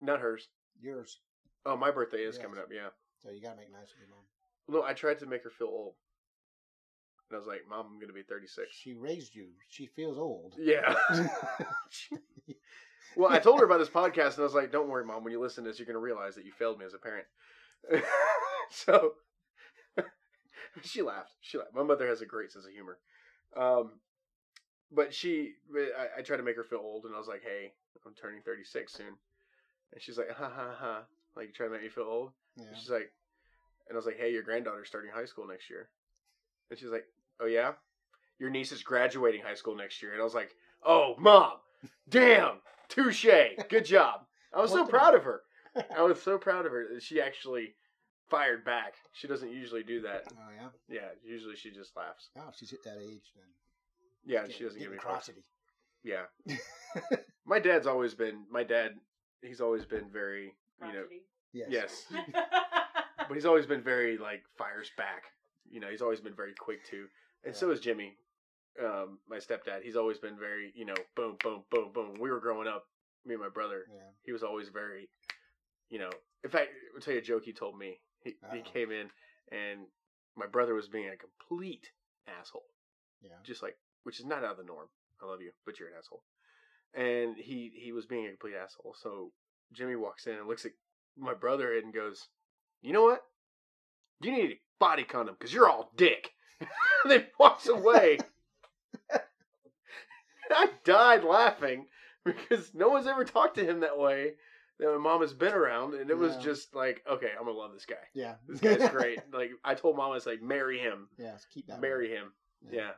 [SPEAKER 1] not hers.
[SPEAKER 2] Yours.
[SPEAKER 1] Oh, my birthday is
[SPEAKER 2] Yes.
[SPEAKER 1] coming up. Yeah.
[SPEAKER 2] So you gotta make nice with your mom.
[SPEAKER 1] No, I tried to make her feel old, and I was like, "Mom, I'm gonna be 36."
[SPEAKER 2] She raised you. She feels old.
[SPEAKER 1] Yeah. well, I told her about this podcast, and I was like, "Don't worry, mom. When you listen to this, you're gonna realize that you failed me as a parent." so she laughed. She laughed. My mother has a great sense of humor. Um, but she, I, I tried to make her feel old, and I was like, "Hey, I'm turning 36 soon," and she's like, "Ha ha ha!" Like you trying to make me feel old.
[SPEAKER 2] Yeah.
[SPEAKER 1] And she's like, and I was like, hey, your granddaughter's starting high school next year. And she's like, oh yeah, your niece is graduating high school next year. And I was like, oh mom, damn, touche, good job. I was so
[SPEAKER 2] What the-
[SPEAKER 1] proud of her. I was so proud of her that she actually fired back. She doesn't usually do that.
[SPEAKER 2] Oh yeah.
[SPEAKER 1] Yeah, usually she just laughs.
[SPEAKER 2] Oh, she's hit that age then.
[SPEAKER 1] Yeah,
[SPEAKER 2] Get-
[SPEAKER 1] she doesn't
[SPEAKER 2] get
[SPEAKER 1] give me fucks.
[SPEAKER 2] crotchety.
[SPEAKER 1] Yeah. my dad's always been my dad. He's always been very, you know,
[SPEAKER 3] Crotchety.
[SPEAKER 2] Yes.
[SPEAKER 1] yes. but he's always been very like fires back. You know, he's always been very quick too, and so
[SPEAKER 2] Yeah.
[SPEAKER 1] is Jimmy, um, my stepdad. He's always been very, you know, boom, boom, boom, boom. We were growing up, me and my brother.
[SPEAKER 2] Yeah.
[SPEAKER 1] He was always very, you know. In fact, I'll tell you a joke he told me. He he
[SPEAKER 2] Uh-oh.
[SPEAKER 1] came in, and my brother was being a complete asshole
[SPEAKER 2] Yeah.
[SPEAKER 1] just like which is not out of the norm. I love you, but you're an asshole. And he he was being a complete asshole. So Jimmy walks in and looks at my brother and goes, "You know what? You need a body condom because you're all dick." and then walks away. I died laughing because no one's ever talked to him that way that my mom has been around, and it was
[SPEAKER 2] Yeah.
[SPEAKER 1] just like, okay, I'm gonna love this guy.
[SPEAKER 2] Yeah.
[SPEAKER 1] This guy's great. like I told mom, I was like, marry him,
[SPEAKER 2] yeah. Keep that.
[SPEAKER 1] marry him.
[SPEAKER 2] one.
[SPEAKER 1] Yeah.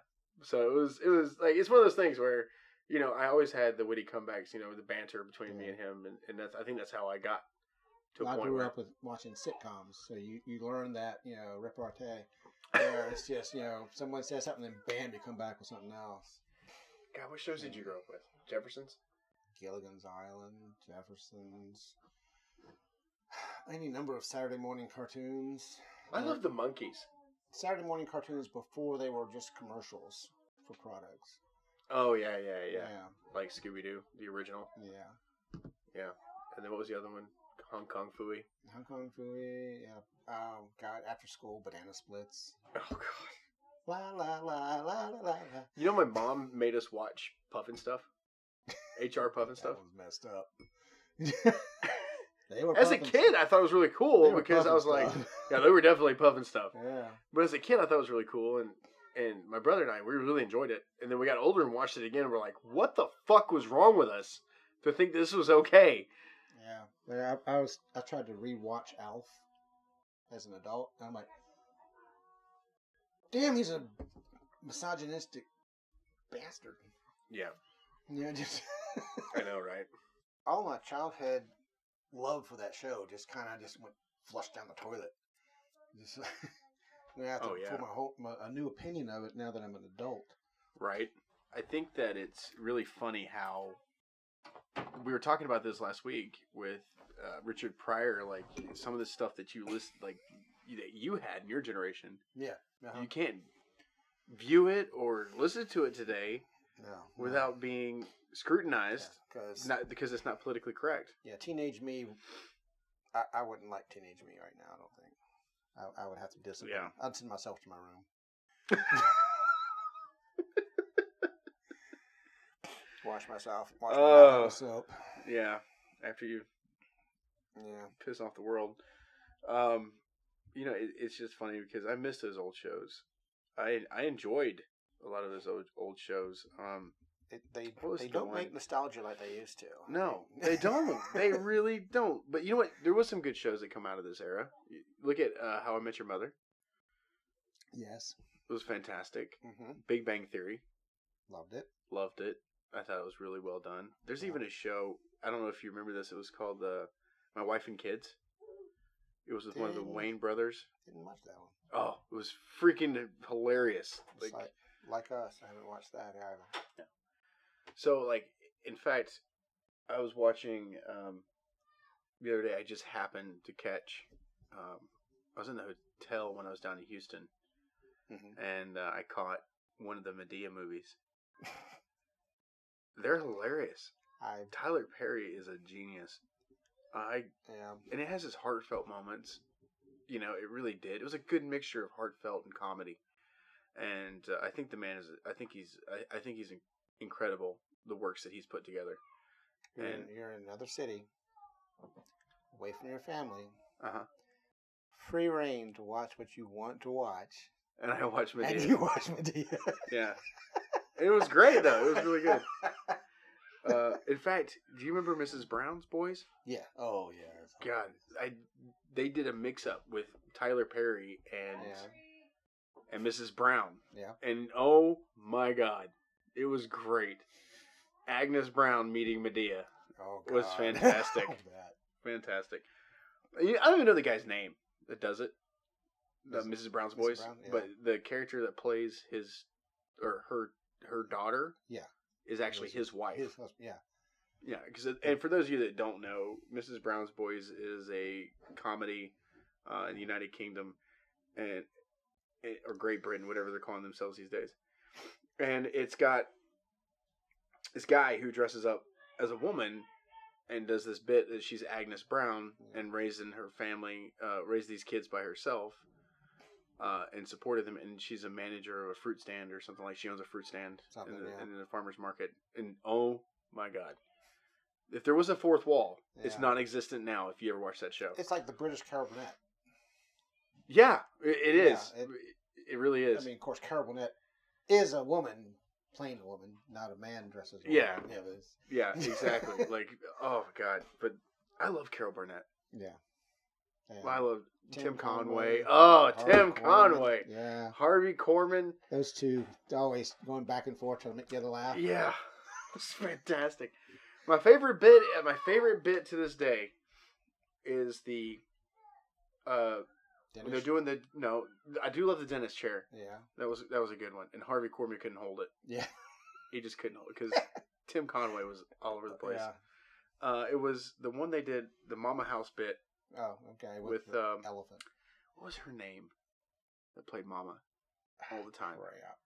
[SPEAKER 1] So it was it was like it's one of those things where you know I always had the witty comebacks, you know, the banter between me
[SPEAKER 2] Yeah.
[SPEAKER 1] and him, and, and that's I think that's how I got to a
[SPEAKER 2] I
[SPEAKER 1] point
[SPEAKER 2] grew
[SPEAKER 1] where
[SPEAKER 2] up with watching sitcoms, so you you learn that you know repartee. Where it's just you know someone says something, then bam, they come back with something else.
[SPEAKER 1] God, what shows did you grow up with? Jefferson's.
[SPEAKER 2] Gilligan's Island, Jefferson's, any number of Saturday morning cartoons. Uh,
[SPEAKER 1] I
[SPEAKER 2] Yeah.
[SPEAKER 1] love the monkeys.
[SPEAKER 2] Saturday morning cartoons before they were just commercials for products.
[SPEAKER 1] Oh yeah, yeah, yeah.
[SPEAKER 2] yeah.
[SPEAKER 1] Like Scooby Doo, the original,
[SPEAKER 2] yeah.
[SPEAKER 1] and then what was the other one? Hong Kong Fooey.
[SPEAKER 2] Hong Kong Fooey, yeah. Oh God, after school banana splits.
[SPEAKER 1] Oh god.
[SPEAKER 2] La la la la la la. la.
[SPEAKER 1] You know, my mom made us watch Puffin stuff, HR Puffin
[SPEAKER 2] That
[SPEAKER 1] stuff.
[SPEAKER 2] was messed up. they were
[SPEAKER 1] As a
[SPEAKER 2] puffing-
[SPEAKER 1] kid, I thought it was really
[SPEAKER 2] they
[SPEAKER 1] cool
[SPEAKER 2] were
[SPEAKER 1] because I was
[SPEAKER 2] puffing
[SPEAKER 1] like,
[SPEAKER 2] stuff.
[SPEAKER 1] yeah, they were definitely Puffin stuff.
[SPEAKER 2] yeah.
[SPEAKER 1] But as a kid, I thought it was really cool, and and my brother and I, we really enjoyed it. And then we got older and watched it again. and We're like, what the fuck was wrong with us to think this was okay?
[SPEAKER 2] Yeah, but I, I was I tried to rewatch Alf as an adult, and I'm like, damn, he's a misogynistic bastard.
[SPEAKER 1] Yeah,
[SPEAKER 2] Yeah, just
[SPEAKER 1] I know, right?
[SPEAKER 2] all my childhood love for that show just kind of just went flushed down the toilet. Just I have to
[SPEAKER 1] Oh, yeah.
[SPEAKER 2] form a whole my, a new opinion of it now that I'm an adult.
[SPEAKER 1] Right. I think that it's really funny how we were talking about this last week with uh, Richard Pryor. Like some of the stuff that you list, like that you had in your generation,
[SPEAKER 2] Yeah. Uh-huh.
[SPEAKER 1] you can't view it or listen to it today
[SPEAKER 2] no,
[SPEAKER 1] without being scrutinized.
[SPEAKER 2] because
[SPEAKER 1] Not because it's not politically correct.
[SPEAKER 2] Yeah, teenage me. I, I wouldn't like teenage me right now. I don't think. I, I would have to discipline.
[SPEAKER 1] Yeah.
[SPEAKER 2] I'd send myself to my room. wash myself. Wash my
[SPEAKER 1] Oh.
[SPEAKER 2] mouth with soap.
[SPEAKER 1] Yeah, after you
[SPEAKER 2] Yeah.
[SPEAKER 1] piss off the world, um, you know it, it's just funny because I miss those old shows. I I enjoyed a lot of those old old shows. Um,
[SPEAKER 2] It, they
[SPEAKER 1] What was
[SPEAKER 2] they
[SPEAKER 1] the
[SPEAKER 2] don't
[SPEAKER 1] one?
[SPEAKER 2] make nostalgia like they used to.
[SPEAKER 1] no, they don't. they really don't. But you know what? There was some good shows that come out of this era. You- Look at uh, How I Met Your Mother.
[SPEAKER 2] yes.
[SPEAKER 1] It was fantastic.
[SPEAKER 2] hmm
[SPEAKER 1] Big Bang Theory.
[SPEAKER 2] Loved it.
[SPEAKER 1] Loved it. I thought it was really well done. There's even a show. I don't know if you remember this. It was called uh, My Wife and Kids. It was with one of the
[SPEAKER 2] Dang.
[SPEAKER 1] Wayne brothers.
[SPEAKER 2] Didn't watch that one.
[SPEAKER 1] Oh, it was freaking hilarious.
[SPEAKER 2] It's
[SPEAKER 1] Like,
[SPEAKER 2] like, like us, I haven't watched that either.
[SPEAKER 1] so like in fact, I was watching um the other day I just happened to catch um I was in the hotel when I was down in Houston
[SPEAKER 2] Mm-hmm.
[SPEAKER 1] and uh, I caught one of the Medea movies. They're hilarious.
[SPEAKER 2] I
[SPEAKER 1] Tyler Perry is a genius. I
[SPEAKER 2] am.
[SPEAKER 1] and it has his heartfelt moments. You know, it really did. It was a good mixture of heartfelt and comedy, and uh, I think the man is. I think he's. I, I think he's in- incredible. The works that he's put together.
[SPEAKER 2] You're, in,
[SPEAKER 1] And-
[SPEAKER 2] you're in another city, away from your family.
[SPEAKER 1] Uh
[SPEAKER 2] Uh-huh.
[SPEAKER 1] huh.
[SPEAKER 2] free reign to watch what you want to watch,
[SPEAKER 1] And I watched Medea.
[SPEAKER 2] and you watch Medea.
[SPEAKER 1] yeah, it was great though. It was really good. Uh, in fact, do you remember Mrs. Brown's Boys?
[SPEAKER 2] yeah. Oh yeah.
[SPEAKER 1] God, I they did a mix up with Tyler Perry and
[SPEAKER 2] Yeah.
[SPEAKER 1] and Mrs. Brown.
[SPEAKER 2] Yeah.
[SPEAKER 1] And oh my God, it was great. Agnes Brown meeting Medea.
[SPEAKER 2] Oh,
[SPEAKER 1] It was
[SPEAKER 2] God.
[SPEAKER 1] fantastic.
[SPEAKER 2] Oh, that.
[SPEAKER 1] Fantastic. I don't even know the guy's name that does it. The
[SPEAKER 2] Mrs.
[SPEAKER 1] Mrs. Brown's
[SPEAKER 2] Mrs.
[SPEAKER 1] voice,
[SPEAKER 2] Brown, yeah.
[SPEAKER 1] but the character that plays his or her her daughter,
[SPEAKER 2] Yeah.
[SPEAKER 1] is actually
[SPEAKER 2] His-
[SPEAKER 1] his wife.
[SPEAKER 2] His husband. Yeah.
[SPEAKER 1] Yeah, because and for those of you that don't know, Mrs. Brown's Boys is a comedy uh, in the United Kingdom and and- or Great Britain, whatever they're calling themselves these days. And it's got this guy who dresses up as a woman and does this bit that she's Agnes Brown and raising her family, uh, raised these kids by herself, uh, and supported them. And she's a manager of a fruit stand or something like she owns a fruit stand
[SPEAKER 2] Something,
[SPEAKER 1] in, the,
[SPEAKER 2] yeah.
[SPEAKER 1] in the farmer's market. And oh my god, if there was a fourth wall, it's
[SPEAKER 2] Yeah.
[SPEAKER 1] non-existent now. If you ever watch that show,
[SPEAKER 2] It's like the British Carol Burnett.
[SPEAKER 1] yeah, it, it
[SPEAKER 2] Yeah,
[SPEAKER 1] is.
[SPEAKER 2] it-
[SPEAKER 1] it, really is.
[SPEAKER 2] I mean, of course, Carol Burnett is a woman playing a woman, not a man dressed as a woman.
[SPEAKER 1] Yeah.
[SPEAKER 2] Yeah. But it's,
[SPEAKER 1] yeah, exactly. like oh my god, but I love Carol Burnett.
[SPEAKER 2] yeah. And
[SPEAKER 1] I love Tim, Conway.
[SPEAKER 2] Conway,
[SPEAKER 1] Oh,
[SPEAKER 2] Harvey
[SPEAKER 1] Tim
[SPEAKER 2] Korman.
[SPEAKER 1] Conway.
[SPEAKER 2] Yeah.
[SPEAKER 1] Harvey Korman.
[SPEAKER 2] Those two always going back and forth trying to make the other laugh.
[SPEAKER 1] Yeah, it's fantastic. My favorite bit, uh, my favorite bit to this day, is the uh when they're
[SPEAKER 2] Dennis-
[SPEAKER 1] doing the no. I do love the dentist chair.
[SPEAKER 2] yeah.
[SPEAKER 1] That was that was a good one. And Harvey Korman couldn't hold it.
[SPEAKER 2] Yeah.
[SPEAKER 1] He just couldn't hold it because Tim Conway was all over the place.
[SPEAKER 2] Yeah.
[SPEAKER 1] Uh, it was the one they did the Mama House bit.
[SPEAKER 2] Oh, okay.
[SPEAKER 1] With,
[SPEAKER 2] the
[SPEAKER 1] um,
[SPEAKER 2] elephant.
[SPEAKER 1] What was her name that played Mama all the time?
[SPEAKER 2] Crap.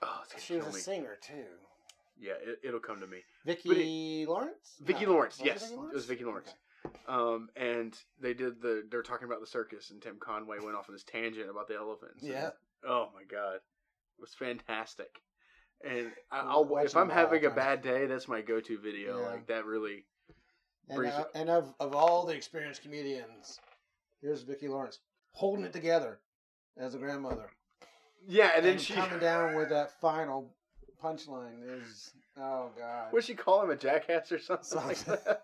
[SPEAKER 1] Oh, it's gonna
[SPEAKER 2] She was
[SPEAKER 1] kill
[SPEAKER 2] a
[SPEAKER 1] me.
[SPEAKER 2] singer too.
[SPEAKER 1] Yeah, it, it'll come to me.
[SPEAKER 2] Vicky Lawrence.
[SPEAKER 1] Vicki
[SPEAKER 2] No,
[SPEAKER 1] Lawrence,
[SPEAKER 2] was it
[SPEAKER 1] yes, it was Vicki Lawrence.
[SPEAKER 2] Okay.
[SPEAKER 1] Um, and they did the they were talking about the circus, and Tim Conway went off on this tangent about the elephants. and-
[SPEAKER 2] Yeah.
[SPEAKER 1] oh my god, it was fantastic. And I,
[SPEAKER 2] We're
[SPEAKER 1] I'll if
[SPEAKER 2] watching
[SPEAKER 1] I'm
[SPEAKER 2] them all
[SPEAKER 1] having a
[SPEAKER 2] the time.
[SPEAKER 1] bad day, that's my go-to video.
[SPEAKER 2] Yeah.
[SPEAKER 1] Like that really.
[SPEAKER 2] And,
[SPEAKER 1] brings
[SPEAKER 2] uh,
[SPEAKER 1] it-
[SPEAKER 2] and of of all the experienced comedians, here's Vicki Lawrence holding it together as a grandmother,
[SPEAKER 1] Yeah, and then she.
[SPEAKER 2] coming down with that final punchline is oh god.
[SPEAKER 1] What she call him a jackass or something? Like
[SPEAKER 2] Something.
[SPEAKER 1] that?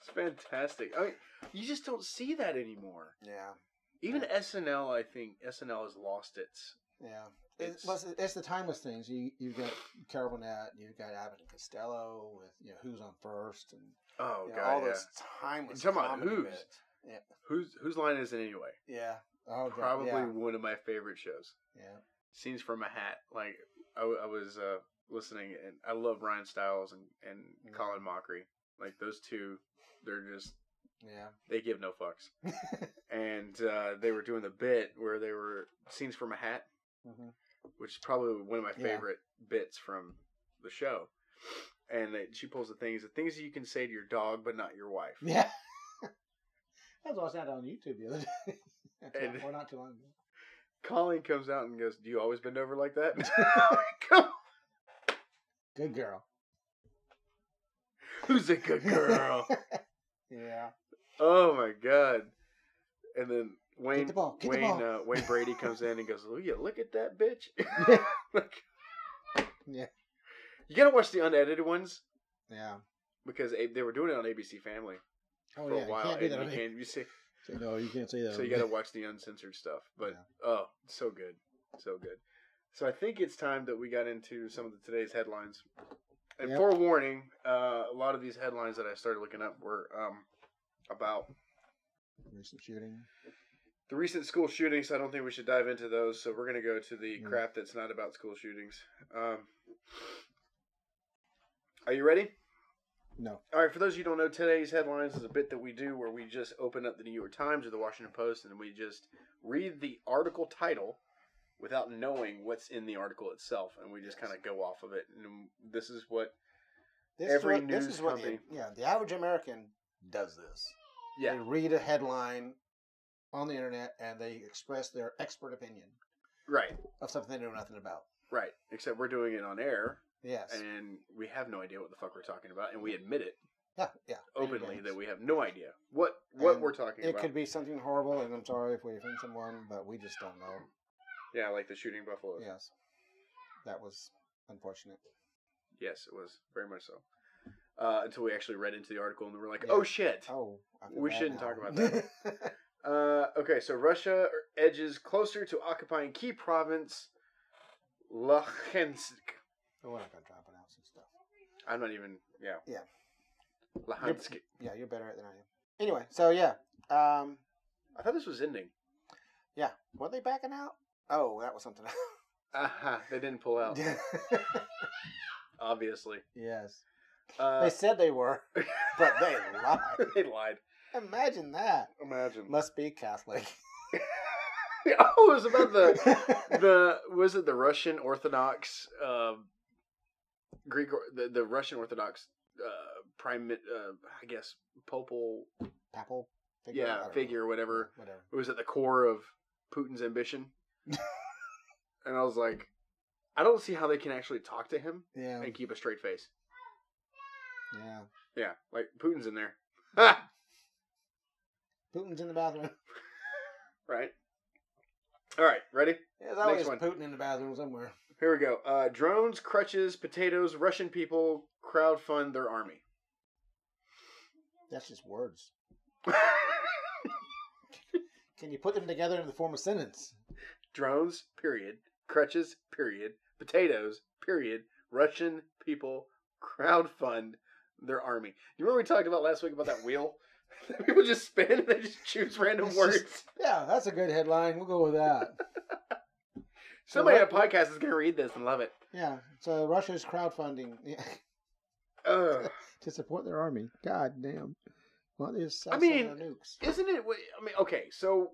[SPEAKER 1] It's fantastic. I mean, you just don't see that anymore.
[SPEAKER 2] yeah,
[SPEAKER 1] Even SNL, I think SNL has lost its.
[SPEAKER 2] yeah.
[SPEAKER 1] It's-
[SPEAKER 2] It's, plus it's the timeless things. You you've got Carol Burnett, you've got Abbott and Costello with you know who's on first and
[SPEAKER 1] Oh
[SPEAKER 2] you know,
[SPEAKER 1] god,
[SPEAKER 2] all
[SPEAKER 1] yeah.
[SPEAKER 2] those timeless.
[SPEAKER 1] You're talking about
[SPEAKER 2] comedy
[SPEAKER 1] Who's?
[SPEAKER 2] bits. Yeah.
[SPEAKER 1] Who's whose line is it anyway?
[SPEAKER 2] Yeah. Oh, God,
[SPEAKER 1] Probably
[SPEAKER 2] Yeah.
[SPEAKER 1] one of my favorite shows.
[SPEAKER 2] yeah.
[SPEAKER 1] Scenes from a Hat. Like I, w- I was uh, listening, and I love Ryan Stiles and and
[SPEAKER 2] Mhm.
[SPEAKER 1] Colin Mockery. Like those two, they're just
[SPEAKER 2] Yeah.
[SPEAKER 1] they give no fucks. and uh, they were doing the bit where they were scenes from a hat,
[SPEAKER 2] Mhm.
[SPEAKER 1] Mm-hmm. which is probably one of my
[SPEAKER 2] Yeah.
[SPEAKER 1] favorite bits from the show. And they, she pulls the things, the things that you can say to your dog, but not your wife.
[SPEAKER 2] Yeah. I was watching that on YouTube the other day. Not too
[SPEAKER 1] And-
[SPEAKER 2] long- well, not too long ago.
[SPEAKER 1] Colleen comes out and goes, "Do you always bend over like that?" Come-
[SPEAKER 2] Good girl.
[SPEAKER 1] Who's a good girl?
[SPEAKER 2] yeah.
[SPEAKER 1] oh my god! And then Wayne,
[SPEAKER 2] the ball, get the
[SPEAKER 1] Wayne,
[SPEAKER 2] ball.
[SPEAKER 1] Uh, Wayne Brady comes in and goes, "Will you look at that bitch?" Like-
[SPEAKER 2] Yeah.
[SPEAKER 1] You gotta watch the unedited ones.
[SPEAKER 2] Yeah.
[SPEAKER 1] because A- they were doing it on ABC Family
[SPEAKER 2] Oh
[SPEAKER 1] for
[SPEAKER 2] yeah.
[SPEAKER 1] a while.
[SPEAKER 2] you can't do
[SPEAKER 1] and
[SPEAKER 2] that.
[SPEAKER 1] you
[SPEAKER 2] on
[SPEAKER 1] can't- you see-
[SPEAKER 2] YouTube. no, you can't say that.
[SPEAKER 1] so
[SPEAKER 2] on
[SPEAKER 1] you got to watch the uncensored stuff. But
[SPEAKER 2] Yeah.
[SPEAKER 1] oh, so good, so good. So I think it's time that we got into some of the, today's headlines. And
[SPEAKER 2] Yep.
[SPEAKER 1] forewarning, uh, a lot of these headlines that I started looking up were um, about
[SPEAKER 2] YouTube. recent shooting.
[SPEAKER 1] the recent school shootings. I don't think we should dive into those. So we're gonna go to the
[SPEAKER 2] Mm.
[SPEAKER 1] crap that's not about school shootings. Um, are you ready?
[SPEAKER 2] No.
[SPEAKER 1] All right, for those of you who don't know, today's headlines is a bit that we do where we just open up the New York Times or the Washington Post and we just read the article title without knowing what's in the article itself and we just kind of go off of it. And this is what,
[SPEAKER 2] This
[SPEAKER 1] Every
[SPEAKER 2] is what, this
[SPEAKER 1] news
[SPEAKER 2] is what
[SPEAKER 1] company-
[SPEAKER 2] The, yeah, the average American does this. They
[SPEAKER 1] yeah,
[SPEAKER 2] read a headline on the internet and they express their expert opinion
[SPEAKER 1] right,
[SPEAKER 2] of something they know nothing about.
[SPEAKER 1] right. Except we're doing it on air
[SPEAKER 2] Yes.
[SPEAKER 1] and we have no idea what the fuck we're talking about and we admit it
[SPEAKER 2] yeah. Yeah.
[SPEAKER 1] openly
[SPEAKER 2] Anything.
[SPEAKER 1] that we have no idea what what
[SPEAKER 2] And
[SPEAKER 1] we're talking
[SPEAKER 2] It
[SPEAKER 1] about.
[SPEAKER 2] could be something horrible, and I'm sorry if we offend someone, but we just don't know.
[SPEAKER 1] yeah, like the shooting buffalo.
[SPEAKER 2] Yes, that was unfortunate.
[SPEAKER 1] Yes, it was very much so. Uh, until we actually read into the article and we were like,
[SPEAKER 2] Yeah.
[SPEAKER 1] oh shit.
[SPEAKER 2] Oh, I feel
[SPEAKER 1] We
[SPEAKER 2] bad
[SPEAKER 1] shouldn't
[SPEAKER 2] now.
[SPEAKER 1] talk about that. Uh, okay, so Russia edges closer to occupying key province Luhansk.
[SPEAKER 2] Oh, We're not gonna try to pronounce this stuff.
[SPEAKER 1] I'm not even. Yeah.
[SPEAKER 2] Yeah.
[SPEAKER 1] Luhansk.
[SPEAKER 2] Yeah, you're better at it than I am. Anyway, so yeah, um,
[SPEAKER 1] I thought this was ending.
[SPEAKER 2] were they backing out? Oh, that was something.
[SPEAKER 1] Aha, Uh-huh, they didn't pull out. Obviously.
[SPEAKER 2] yes,
[SPEAKER 1] Uh,
[SPEAKER 2] they said they were, but they lied.
[SPEAKER 1] they lied.
[SPEAKER 2] Imagine that.
[SPEAKER 1] Imagine.
[SPEAKER 2] Must be Catholic.
[SPEAKER 1] oh, it was about the the was it the Russian Orthodox um, Greek or- the the Russian Orthodox uh, prime mi- uh, I guess popal
[SPEAKER 2] papal figure. I don't
[SPEAKER 1] yeah
[SPEAKER 2] know.
[SPEAKER 1] figure or whatever
[SPEAKER 2] Whatever.
[SPEAKER 1] it was at the core of Putin's ambition. and I was like, I don't see how they can actually talk to him
[SPEAKER 2] Yeah,
[SPEAKER 1] and keep a straight face.
[SPEAKER 2] yeah.
[SPEAKER 1] Yeah, like Putin's in there. Ha!
[SPEAKER 2] Putin's in the bathroom.
[SPEAKER 1] right? All right, ready?
[SPEAKER 2] There's always
[SPEAKER 1] one.
[SPEAKER 2] Putin in the bathroom somewhere.
[SPEAKER 1] Here we go. Uh, drones, crutches, potatoes, Russian people crowdfund their army.
[SPEAKER 2] That's just words. Can you put them together in the form of sentence?
[SPEAKER 1] drones, period. Crutches, period. Potatoes, period. Russian people crowdfund their army. You remember we talked about last week about that wheel? people just spin and they just choose random
[SPEAKER 2] It's
[SPEAKER 1] words.
[SPEAKER 2] just- Yeah, that's a good headline. We'll go with that.
[SPEAKER 1] Somebody on a podcast is going to read this and love it.
[SPEAKER 2] yeah. So Russia's crowdfunding yeah,
[SPEAKER 1] Ugh.
[SPEAKER 2] to support their army. God damn. Well, they just sell
[SPEAKER 1] I mean-
[SPEAKER 2] some of their nukes.
[SPEAKER 1] Isn't it? wa- I mean, okay, so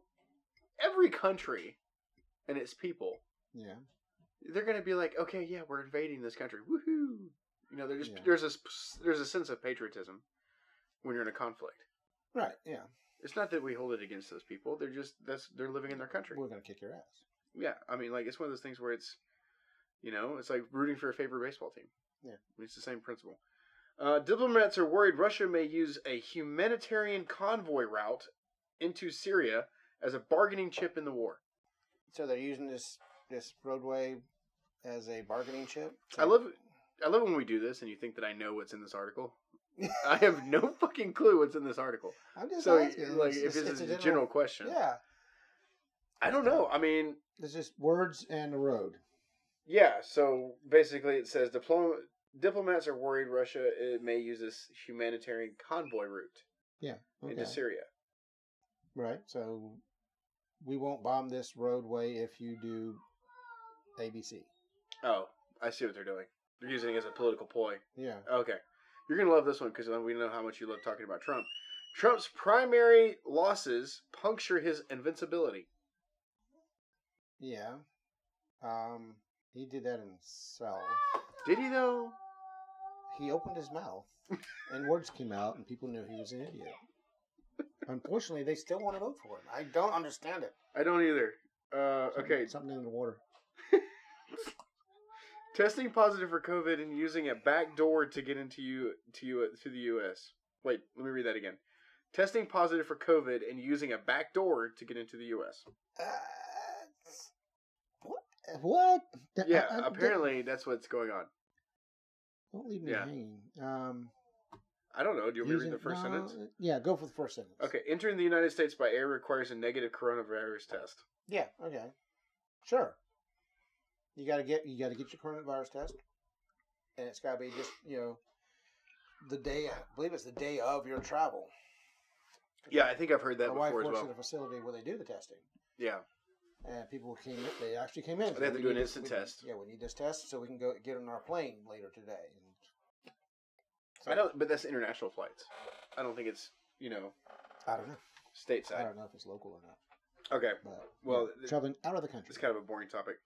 [SPEAKER 1] every country and its people
[SPEAKER 2] Yeah.
[SPEAKER 1] they're gonna be like, okay, yeah, we're invading this country, woohoo! You know, there's
[SPEAKER 2] Yeah.
[SPEAKER 1] there's a s- there's a sense of patriotism when you're in a conflict.
[SPEAKER 2] Right. Yeah.
[SPEAKER 1] It's not that we hold it against those people; they're just that's they're living in their country.
[SPEAKER 2] We're gonna kick your ass.
[SPEAKER 1] Yeah, I mean, like it's one of those things where it's, you know, it's like rooting for a favorite baseball team.
[SPEAKER 2] Yeah.
[SPEAKER 1] I mean, it's the same principle. Uh, diplomats are worried Russia may use a humanitarian convoy route into Syria as a bargaining chip in the war.
[SPEAKER 2] So they're using this this roadway as a bargaining chip.
[SPEAKER 1] I love, I love when we do this, and you think that I know what's in this article. I have no fucking clue what's in this article.
[SPEAKER 2] I'm just
[SPEAKER 1] So,
[SPEAKER 2] asking.
[SPEAKER 1] like,
[SPEAKER 2] It's
[SPEAKER 1] if
[SPEAKER 2] just-
[SPEAKER 1] this
[SPEAKER 2] it's
[SPEAKER 1] is a general question,
[SPEAKER 2] yeah,
[SPEAKER 1] I don't know. I mean,
[SPEAKER 2] it's just words and a road.
[SPEAKER 1] Yeah, so basically it says diploma- diplomats are worried Russia uh may use this humanitarian convoy route
[SPEAKER 2] Okay.
[SPEAKER 1] into Syria.
[SPEAKER 2] Right. So we won't bomb this roadway if you do ABC.
[SPEAKER 1] Oh, I see what they're doing. They're using it as a political ploy.
[SPEAKER 2] Yeah.
[SPEAKER 1] Okay. You're going to love this one because we know how much you love talking about Trump. Trump's primary losses puncture his invincibility.
[SPEAKER 2] Yeah. Um, he did that himself.
[SPEAKER 1] Did he, though?
[SPEAKER 2] He opened his mouth, and words came out, and people knew he was an idiot. Unfortunately, they still want to vote for him. I don't understand it.
[SPEAKER 1] I don't either. Uh, okay.
[SPEAKER 2] Something in the water.
[SPEAKER 1] Testing positive for COVID and using a back door to get into you to you to the U.S. Wait, let me read that again. Testing positive for COVID and using a back door to get into the U.S.
[SPEAKER 2] Uh, what? What? Th-
[SPEAKER 1] Yeah,
[SPEAKER 2] I- I-
[SPEAKER 1] apparently that's what's going on.
[SPEAKER 2] Don't, don't leave me
[SPEAKER 1] Yeah.
[SPEAKER 2] hanging. Um,
[SPEAKER 1] I don't know. Do you want me to read
[SPEAKER 2] using-
[SPEAKER 1] the first
[SPEAKER 2] no,
[SPEAKER 1] sentence?
[SPEAKER 2] Yeah, go for the first sentence.
[SPEAKER 1] Okay, entering the United States by air requires a negative coronavirus test.
[SPEAKER 2] Yeah. Okay. Sure. You gotta get you gotta get your coronavirus test, and it's gotta be just you know the day. I believe it's the day of your travel.
[SPEAKER 1] Yeah, I think I've heard that
[SPEAKER 2] My wife
[SPEAKER 1] before as
[SPEAKER 2] works
[SPEAKER 1] well.
[SPEAKER 2] at a facility where they do the testing,
[SPEAKER 1] Yeah,
[SPEAKER 2] and people came. in- They actually came in.
[SPEAKER 1] They have to
[SPEAKER 2] We
[SPEAKER 1] do
[SPEAKER 2] need
[SPEAKER 1] an
[SPEAKER 2] this-
[SPEAKER 1] instant
[SPEAKER 2] we-
[SPEAKER 1] test.
[SPEAKER 2] Yeah, we need this test so we can go get on our plane later today. And so-
[SPEAKER 1] I don't. But that's international flights. I don't think it's you know
[SPEAKER 2] I don't know. I
[SPEAKER 1] stateside.
[SPEAKER 2] don't know if it's local or not.
[SPEAKER 1] Okay,
[SPEAKER 2] But
[SPEAKER 1] Well,
[SPEAKER 2] yeah,
[SPEAKER 1] th-
[SPEAKER 2] traveling out of the country.
[SPEAKER 1] It's kind of a boring topic.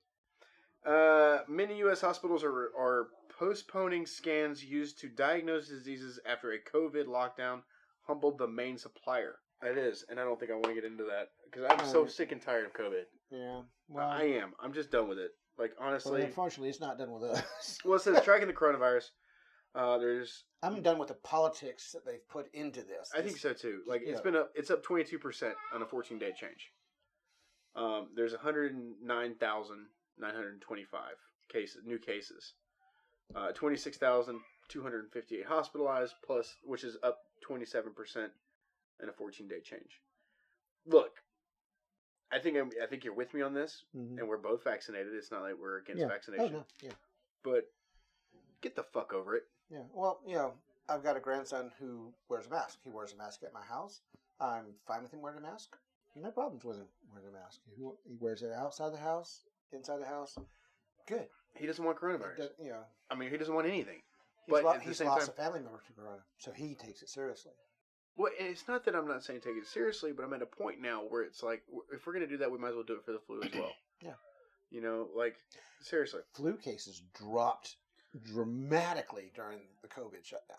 [SPEAKER 1] Uh, many U.S. hospitals are are postponing scans used to diagnose diseases after a COVID lockdown humbled the main supplier. It is, and I don't think I want to get into that because I'm so
[SPEAKER 2] Alright.
[SPEAKER 1] sick and tired of COVID.
[SPEAKER 2] yeah. Well,
[SPEAKER 1] I am. I'm just done with it. Like
[SPEAKER 2] well,
[SPEAKER 1] honestly,
[SPEAKER 2] unfortunately, it's not done with us.
[SPEAKER 1] well, it says tracking the coronavirus. Uh, there's,
[SPEAKER 2] I'm done with the politics that they've put into this.
[SPEAKER 1] I think so too. Like it's
[SPEAKER 2] Yeah.
[SPEAKER 1] been up, it's up 22 percent on a 14 day change. Um, there's 109,925 cases, new cases. uh, 26,258 hospitalized, plus which is up 27% in a 14-day change. Look, I think I'm, I think you're with me on this,
[SPEAKER 2] Mhm.
[SPEAKER 1] and we're both vaccinated. It's not like we're against vaccination,
[SPEAKER 2] Oh no, yeah,
[SPEAKER 1] but get the fuck over it.
[SPEAKER 2] yeah. Well, you know, I've got a grandson who wears a mask. He wears a mask at my house. I'm fine with him wearing a mask. No problems with him wearing a mask. He, he wears it outside the house, inside the house. Good.
[SPEAKER 1] He doesn't want
[SPEAKER 2] It
[SPEAKER 1] coronavirus.
[SPEAKER 2] doesn't- you know,
[SPEAKER 1] I mean, he doesn't want anything.
[SPEAKER 2] he's,
[SPEAKER 1] But
[SPEAKER 2] lo-
[SPEAKER 1] at the
[SPEAKER 2] he's
[SPEAKER 1] same
[SPEAKER 2] lost
[SPEAKER 1] time-
[SPEAKER 2] a family member to corona, so he takes it seriously.
[SPEAKER 1] Well, and it's not that I'm not saying take it seriously, but I'm at a point now where it's like, w- if we're gonna do that, we might as well do it for the flu as well.
[SPEAKER 2] Yeah.
[SPEAKER 1] You know, like seriously.
[SPEAKER 2] Flu cases dropped dramatically during the COVID shutdown.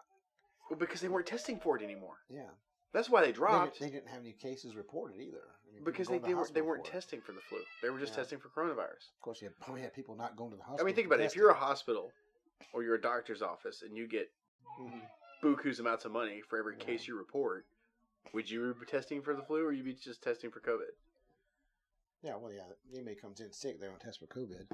[SPEAKER 1] Well, because they weren't testing for it anymore.
[SPEAKER 2] Yeah,
[SPEAKER 1] That's why they
[SPEAKER 2] They didn't-
[SPEAKER 1] dropped.
[SPEAKER 2] They, didn't have any cases reported either. I mean, people
[SPEAKER 1] Because they,
[SPEAKER 2] going to
[SPEAKER 1] they,
[SPEAKER 2] the
[SPEAKER 1] were, they
[SPEAKER 2] hospital
[SPEAKER 1] weren't
[SPEAKER 2] for it.
[SPEAKER 1] testing for the flu. They were just
[SPEAKER 2] Yeah.
[SPEAKER 1] testing for coronavirus.
[SPEAKER 2] Of course, you had, probably had people not going to the
[SPEAKER 1] I
[SPEAKER 2] hospital.
[SPEAKER 1] mean, think
[SPEAKER 2] for
[SPEAKER 1] about it. If
[SPEAKER 2] testing.
[SPEAKER 1] you're a hospital or you're a doctor's office and you get
[SPEAKER 2] Mhm.
[SPEAKER 1] buku's amounts of money for every
[SPEAKER 2] Yeah.
[SPEAKER 1] case you report, would you be testing for the flu or you be just testing for COVID?
[SPEAKER 2] Yeah, well, yeah, anybody comes in sick, they don't test for COVID.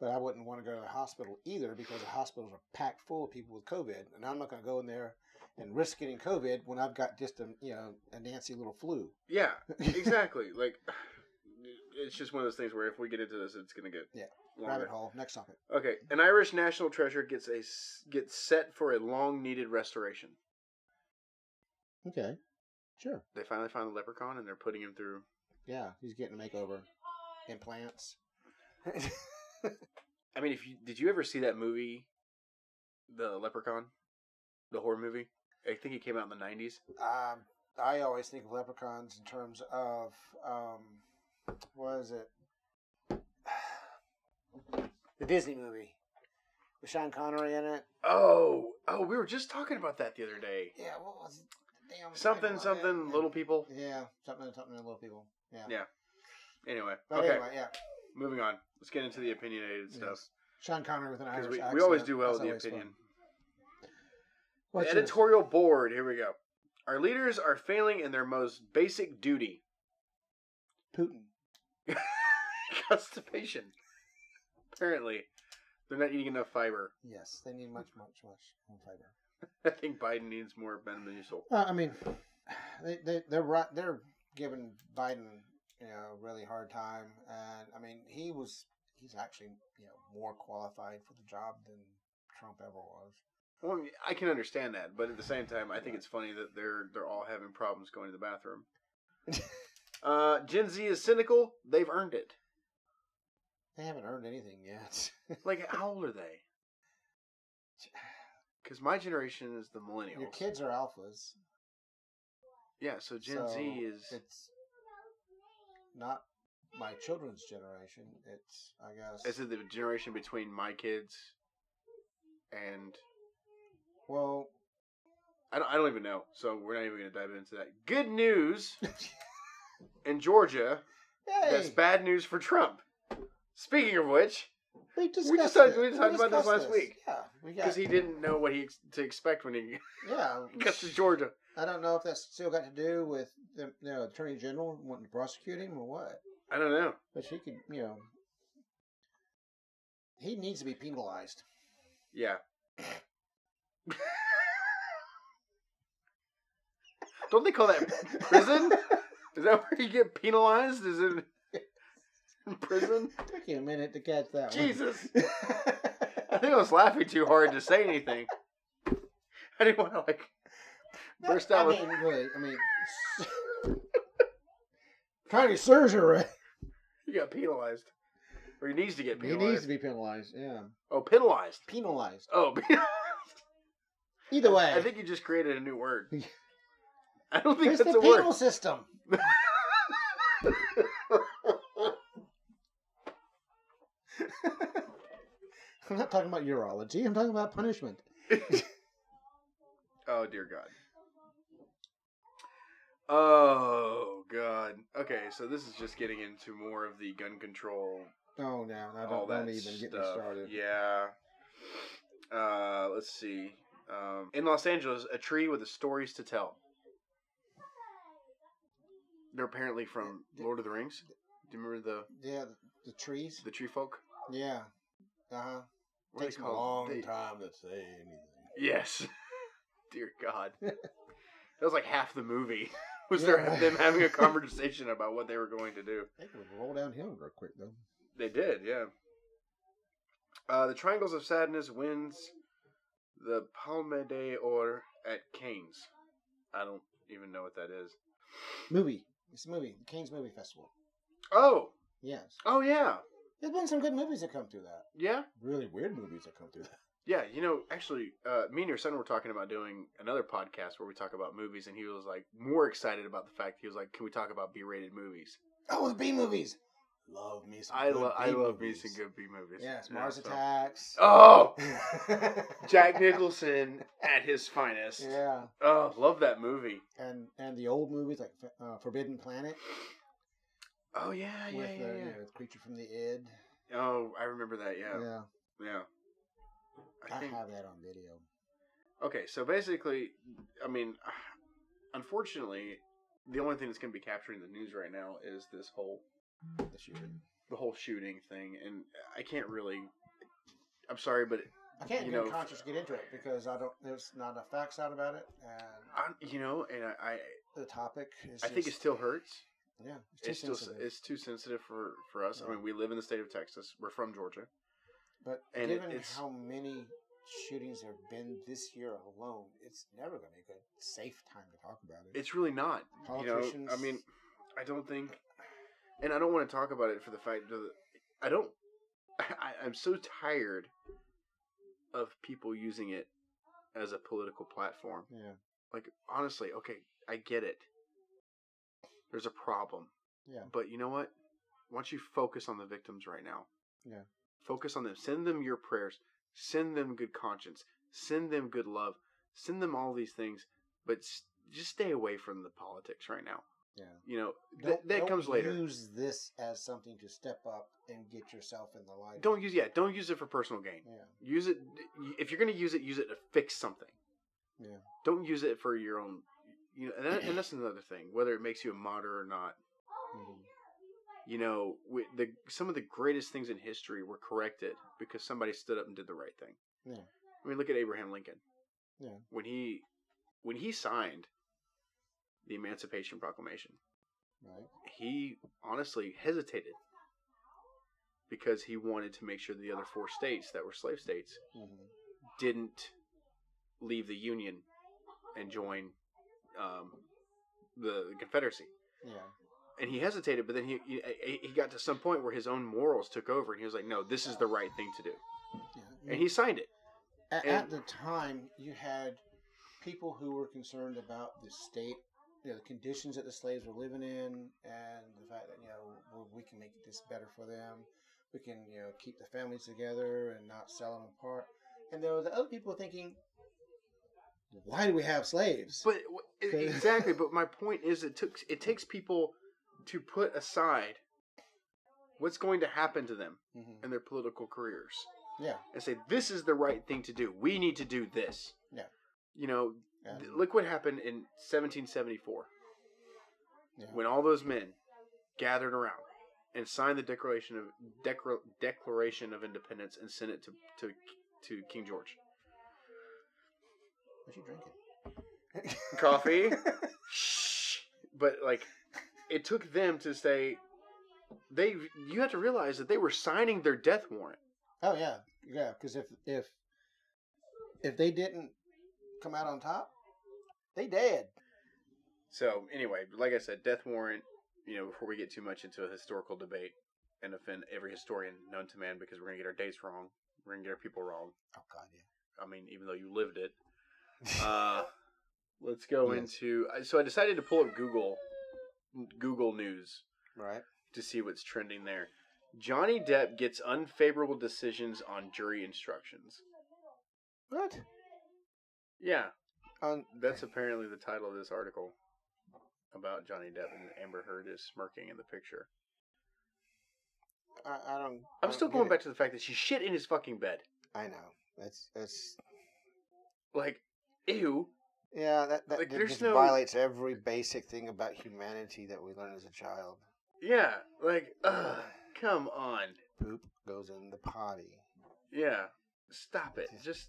[SPEAKER 2] But I wouldn't want to go to the hospital either because the hospitals are packed full of people with COVID, and I'm not going to go in there and risk getting COVID when I've got just a you know a nasty little flu.
[SPEAKER 1] Yeah, exactly. like, it's just one of those things where if we get into this, it's going to get
[SPEAKER 2] Yeah.
[SPEAKER 1] longer.
[SPEAKER 2] Rabbit hole. Next topic.
[SPEAKER 1] Okay, an Irish national treasure gets a s- gets set for a long needed restoration.
[SPEAKER 2] Okay, sure.
[SPEAKER 1] They finally found the leprechaun and they're putting him through
[SPEAKER 2] Yeah, he's getting a makeover, implants.
[SPEAKER 1] I mean, if you did you ever see that movie, The Leprechaun, the horror movie? I think it came out in the nineties.
[SPEAKER 2] um, I always think of leprechauns in terms of um, what is it? The Disney movie with Sean Connery in it.
[SPEAKER 1] Oh, oh, we were just talking about that the other day.
[SPEAKER 2] Yeah, what was it? Damn, I
[SPEAKER 1] Something,
[SPEAKER 2] forgot
[SPEAKER 1] something,
[SPEAKER 2] that.
[SPEAKER 1] little people.
[SPEAKER 2] Yeah, something, something. Little people. Yeah.
[SPEAKER 1] Yeah. Anyway,
[SPEAKER 2] But
[SPEAKER 1] okay,
[SPEAKER 2] anyway, yeah.
[SPEAKER 1] moving on. Let's get into the opinionated stuff
[SPEAKER 2] Yes. Sean Connery with an
[SPEAKER 1] because
[SPEAKER 2] Irish
[SPEAKER 1] we,
[SPEAKER 2] accent.
[SPEAKER 1] we always do well with
[SPEAKER 2] That's
[SPEAKER 1] the
[SPEAKER 2] always fun.
[SPEAKER 1] opinion.
[SPEAKER 2] What's
[SPEAKER 1] The
[SPEAKER 2] yours?
[SPEAKER 1] editorial board. Here we go. Our leaders are failing in their most basic duty:
[SPEAKER 2] Putin.
[SPEAKER 1] constipation. Apparently, they're not eating enough fiber.
[SPEAKER 2] Yes, they need much, much, much more fiber.
[SPEAKER 1] I think Biden needs more beneficial.
[SPEAKER 2] Well, I mean, they they they're right. They're giving Biden you know a really hard time, and I mean he was he's actually you know more qualified for the job than Trump ever was.
[SPEAKER 1] Well, I mean, I can understand that, but at the same time, I think it's funny that they're they're all having problems going to the bathroom. uh, Gen Z is cynical. They've earned it.
[SPEAKER 2] They haven't earned anything yet.
[SPEAKER 1] Like, how old are they? Because my generation is the millennials.
[SPEAKER 2] Your kids are alphas.
[SPEAKER 1] Yeah, so Gen
[SPEAKER 2] so
[SPEAKER 1] Z is
[SPEAKER 2] it's not my children's generation. It's I guess
[SPEAKER 1] is it the generation between my kids and
[SPEAKER 2] well
[SPEAKER 1] I don't, I don't even know. So we're not even going to dive into that. Good news in Georgia. That's
[SPEAKER 2] hey
[SPEAKER 1] bad news for Trump. Speaking of which.
[SPEAKER 2] we discussed
[SPEAKER 1] talked-
[SPEAKER 2] it.
[SPEAKER 1] we talked about this
[SPEAKER 2] discussed
[SPEAKER 1] last week.
[SPEAKER 2] Yeah, we got
[SPEAKER 1] because he didn't know what he ex- to expect when he
[SPEAKER 2] yeah.
[SPEAKER 1] got to Georgia.
[SPEAKER 2] I don't know if that's still got to do with the you know, attorney general wanting to prosecute him or what.
[SPEAKER 1] I don't know.
[SPEAKER 2] But he could, you know, he needs to be penalized.
[SPEAKER 1] Yeah. don't they call that prison? Is that where you get penalized? Is it in prison?
[SPEAKER 2] Took you a minute to catch that
[SPEAKER 1] Jesus,
[SPEAKER 2] one.
[SPEAKER 1] I think I was laughing too hard to say anything. I didn't want to like burst out
[SPEAKER 2] I
[SPEAKER 1] with.
[SPEAKER 2] mean, really, I mean, county surgery.
[SPEAKER 1] You got penalized, or he needs to get
[SPEAKER 2] He
[SPEAKER 1] penalized.
[SPEAKER 2] needs to be penalized. Yeah,
[SPEAKER 1] Oh, penalized.
[SPEAKER 2] penalized.
[SPEAKER 1] Oh, penalized.
[SPEAKER 2] Either way,
[SPEAKER 1] I think you just created a new word. I don't think
[SPEAKER 2] it's
[SPEAKER 1] that's
[SPEAKER 2] the
[SPEAKER 1] a word.
[SPEAKER 2] penal system. I'm not talking about urology. I'm talking about punishment.
[SPEAKER 1] oh dear God. Oh God. Okay, so this is just getting into more of the gun control,
[SPEAKER 2] Oh no, I
[SPEAKER 1] all
[SPEAKER 2] don't,
[SPEAKER 1] that
[SPEAKER 2] don't even get me
[SPEAKER 1] stuff.
[SPEAKER 2] started.
[SPEAKER 1] Yeah. Uh, let's see. Um, in Los Angeles, a tree with the stories to tell. They're apparently from
[SPEAKER 2] Yeah, d-
[SPEAKER 1] Lord of the Rings. Do you remember the
[SPEAKER 2] Yeah, the, the trees.
[SPEAKER 1] the tree folk?
[SPEAKER 2] Yeah. Uh huh.
[SPEAKER 1] What are
[SPEAKER 2] Takes
[SPEAKER 1] they
[SPEAKER 2] them a
[SPEAKER 1] called?
[SPEAKER 2] long
[SPEAKER 1] They-
[SPEAKER 2] time to say anything.
[SPEAKER 1] Yes. Dear God. That was like half the movie. Was there
[SPEAKER 2] Yeah.
[SPEAKER 1] them having a conversation about what they were going to do?
[SPEAKER 2] They can roll downhill real quick though.
[SPEAKER 1] They did, yeah. Uh, the Triangles of Sadness wins the Palme d'Or at Cannes. I don't even know what that is.
[SPEAKER 2] Movie. It's a movie. The Kane's Movie Festival.
[SPEAKER 1] Oh,
[SPEAKER 2] Yes.
[SPEAKER 1] oh yeah,
[SPEAKER 2] There's been some good movies that come through that.
[SPEAKER 1] yeah,
[SPEAKER 2] Really weird movies that come through that.
[SPEAKER 1] yeah. You know, actually, uh, me and your son were talking about doing another podcast where we talk about movies, and he was like more excited about the fact he was like, "Can we talk about B-rated movies?"
[SPEAKER 2] Oh, the B movies. Love me some.
[SPEAKER 1] I
[SPEAKER 2] good
[SPEAKER 1] love I
[SPEAKER 2] B
[SPEAKER 1] love me
[SPEAKER 2] movies.
[SPEAKER 1] some good B movies.
[SPEAKER 2] Yes,
[SPEAKER 1] Yeah,
[SPEAKER 2] Mars
[SPEAKER 1] so-
[SPEAKER 2] Attacks.
[SPEAKER 1] Oh, Jack Nicholson at his finest.
[SPEAKER 2] Yeah,
[SPEAKER 1] Oh, love that movie.
[SPEAKER 2] and and the old movies like uh, Forbidden Planet
[SPEAKER 1] Oh yeah, yeah,
[SPEAKER 2] with
[SPEAKER 1] yeah.
[SPEAKER 2] the
[SPEAKER 1] yeah.
[SPEAKER 2] you know, Creature from the Id.
[SPEAKER 1] Oh, I remember that. Yeah,
[SPEAKER 2] yeah.
[SPEAKER 1] yeah.
[SPEAKER 2] I,
[SPEAKER 1] I think.
[SPEAKER 2] have that on video.
[SPEAKER 1] Okay, so basically, I mean, unfortunately, the only thing that's going to be capturing the news right now is this whole
[SPEAKER 2] The shooting.
[SPEAKER 1] the whole shooting thing, and I can't really. I'm sorry, but
[SPEAKER 2] I can't
[SPEAKER 1] You
[SPEAKER 2] even
[SPEAKER 1] know-
[SPEAKER 2] conscious get into it because I don't. There's not enough facts out about it, and
[SPEAKER 1] I, you know, and I, I,
[SPEAKER 2] the topic is.
[SPEAKER 1] I think it
[SPEAKER 2] just-
[SPEAKER 1] still hurts.
[SPEAKER 2] yeah. too
[SPEAKER 1] it's still
[SPEAKER 2] sensitive.
[SPEAKER 1] it's too sensitive for for us. I
[SPEAKER 2] Yeah.
[SPEAKER 1] mean, we live in the state of Texas. We're from Georgia.
[SPEAKER 2] but
[SPEAKER 1] and it-
[SPEAKER 2] given
[SPEAKER 1] it's-
[SPEAKER 2] how many shootings there have been this year alone, it's never going to be a good safe time to talk about it.
[SPEAKER 1] It's really not. You know,
[SPEAKER 2] Politicians.
[SPEAKER 1] I mean, I don't think, and I don't want to talk about it for the fact that I don't. I, I'm so tired of people using it as a political platform.
[SPEAKER 2] yeah.
[SPEAKER 1] Like honestly, okay, I get it. There's a problem.
[SPEAKER 2] Yeah.
[SPEAKER 1] But you know what? Why don't you focus on the victims right now?
[SPEAKER 2] Yeah.
[SPEAKER 1] Focus on them. Send them your prayers. Send them good conscience. Send them good love. Send them all these things, but s- just stay away from the politics right now.
[SPEAKER 2] Yeah.
[SPEAKER 1] You know, th-
[SPEAKER 2] Don't-
[SPEAKER 1] that
[SPEAKER 2] don't
[SPEAKER 1] comes later.
[SPEAKER 2] Use this as something to step up and get yourself in the light.
[SPEAKER 1] Don't use yeah, don't use it for personal gain.
[SPEAKER 2] Yeah.
[SPEAKER 1] Use it if you're going to use it, use it to fix something.
[SPEAKER 2] Yeah.
[SPEAKER 1] Don't use it for your own you know, and, that, and that's another thing, whether it makes you a martyr or not.
[SPEAKER 2] Mhm.
[SPEAKER 1] You know, with the some of the greatest things in history were corrected because somebody stood up and did the right thing.
[SPEAKER 2] Yeah.
[SPEAKER 1] I mean, look at Abraham Lincoln.
[SPEAKER 2] Yeah.
[SPEAKER 1] When he when he signed the Emancipation Proclamation,
[SPEAKER 2] Right.
[SPEAKER 1] he honestly hesitated because he wanted to make sure the other four states that were slave states
[SPEAKER 2] hmm
[SPEAKER 1] didn't leave the Union and join um, the Confederacy.
[SPEAKER 2] Yeah.
[SPEAKER 1] And he hesitated, but then he, he he got to some point where his own morals took over, and he was like, "No, this is the right thing to do,"
[SPEAKER 2] yeah.
[SPEAKER 1] and he signed it.
[SPEAKER 2] at,
[SPEAKER 1] and-
[SPEAKER 2] at the time, you had people who were concerned about the state, you know, the conditions that the slaves were living in, and the fact that you know well, we can make this better for them. We can you know keep the families together and not sell them apart. And there were the other people thinking, why do we have slaves?
[SPEAKER 1] But w- e,
[SPEAKER 2] Okay.
[SPEAKER 1] exactly. But my point is, it took it takes people to put aside what's going to happen to them
[SPEAKER 2] Mhm.
[SPEAKER 1] in their political careers.
[SPEAKER 2] Yeah,
[SPEAKER 1] and say this is the right thing to do. We need to do this.
[SPEAKER 2] Yeah.
[SPEAKER 1] You know,
[SPEAKER 2] yeah,
[SPEAKER 1] th- look what happened in 1774
[SPEAKER 2] yeah.
[SPEAKER 1] when all those men gathered around and signed the Declaration of Decra- Declaration of Independence and sent it to to to King George.
[SPEAKER 2] But you drink it.
[SPEAKER 1] Coffee? Shh. But like, it took them to say they. You have to realize that they were signing their death warrant.
[SPEAKER 2] oh yeah, yeah. Because if if if they didn't come out on top, they dead.
[SPEAKER 1] So anyway, like I said, death warrant. You know, before we get too much into a historical debate and offend every historian known to man, because we're gonna get our dates wrong, we're gonna get our people wrong.
[SPEAKER 2] Oh god, yeah.
[SPEAKER 1] I mean, even though you lived it. Uh, let's go
[SPEAKER 2] Yes.
[SPEAKER 1] into. I- So I decided to pull up Google, Google News
[SPEAKER 2] Right.
[SPEAKER 1] to see what's trending there. Johnny Depp gets unfavorable decisions on jury instructions.
[SPEAKER 2] What? Oh,
[SPEAKER 1] Yeah,
[SPEAKER 2] On
[SPEAKER 1] that's apparently the title of this article about Johnny Depp and Amber Heard is smirking in the picture.
[SPEAKER 2] I, I don't. I
[SPEAKER 1] I'm
[SPEAKER 2] don't
[SPEAKER 1] still
[SPEAKER 2] get
[SPEAKER 1] going
[SPEAKER 2] it.
[SPEAKER 1] back to the fact that she shit in his fucking bed.
[SPEAKER 2] I know. That's that's
[SPEAKER 1] Like, ew.
[SPEAKER 2] yeah. That that
[SPEAKER 1] Like,
[SPEAKER 2] that
[SPEAKER 1] there's
[SPEAKER 2] just
[SPEAKER 1] no-
[SPEAKER 2] violates every basic thing about humanity that we learn as a child.
[SPEAKER 1] Yeah. Like, ugh. Come on.
[SPEAKER 2] Poop goes in the potty.
[SPEAKER 1] Yeah. Stop it. Just,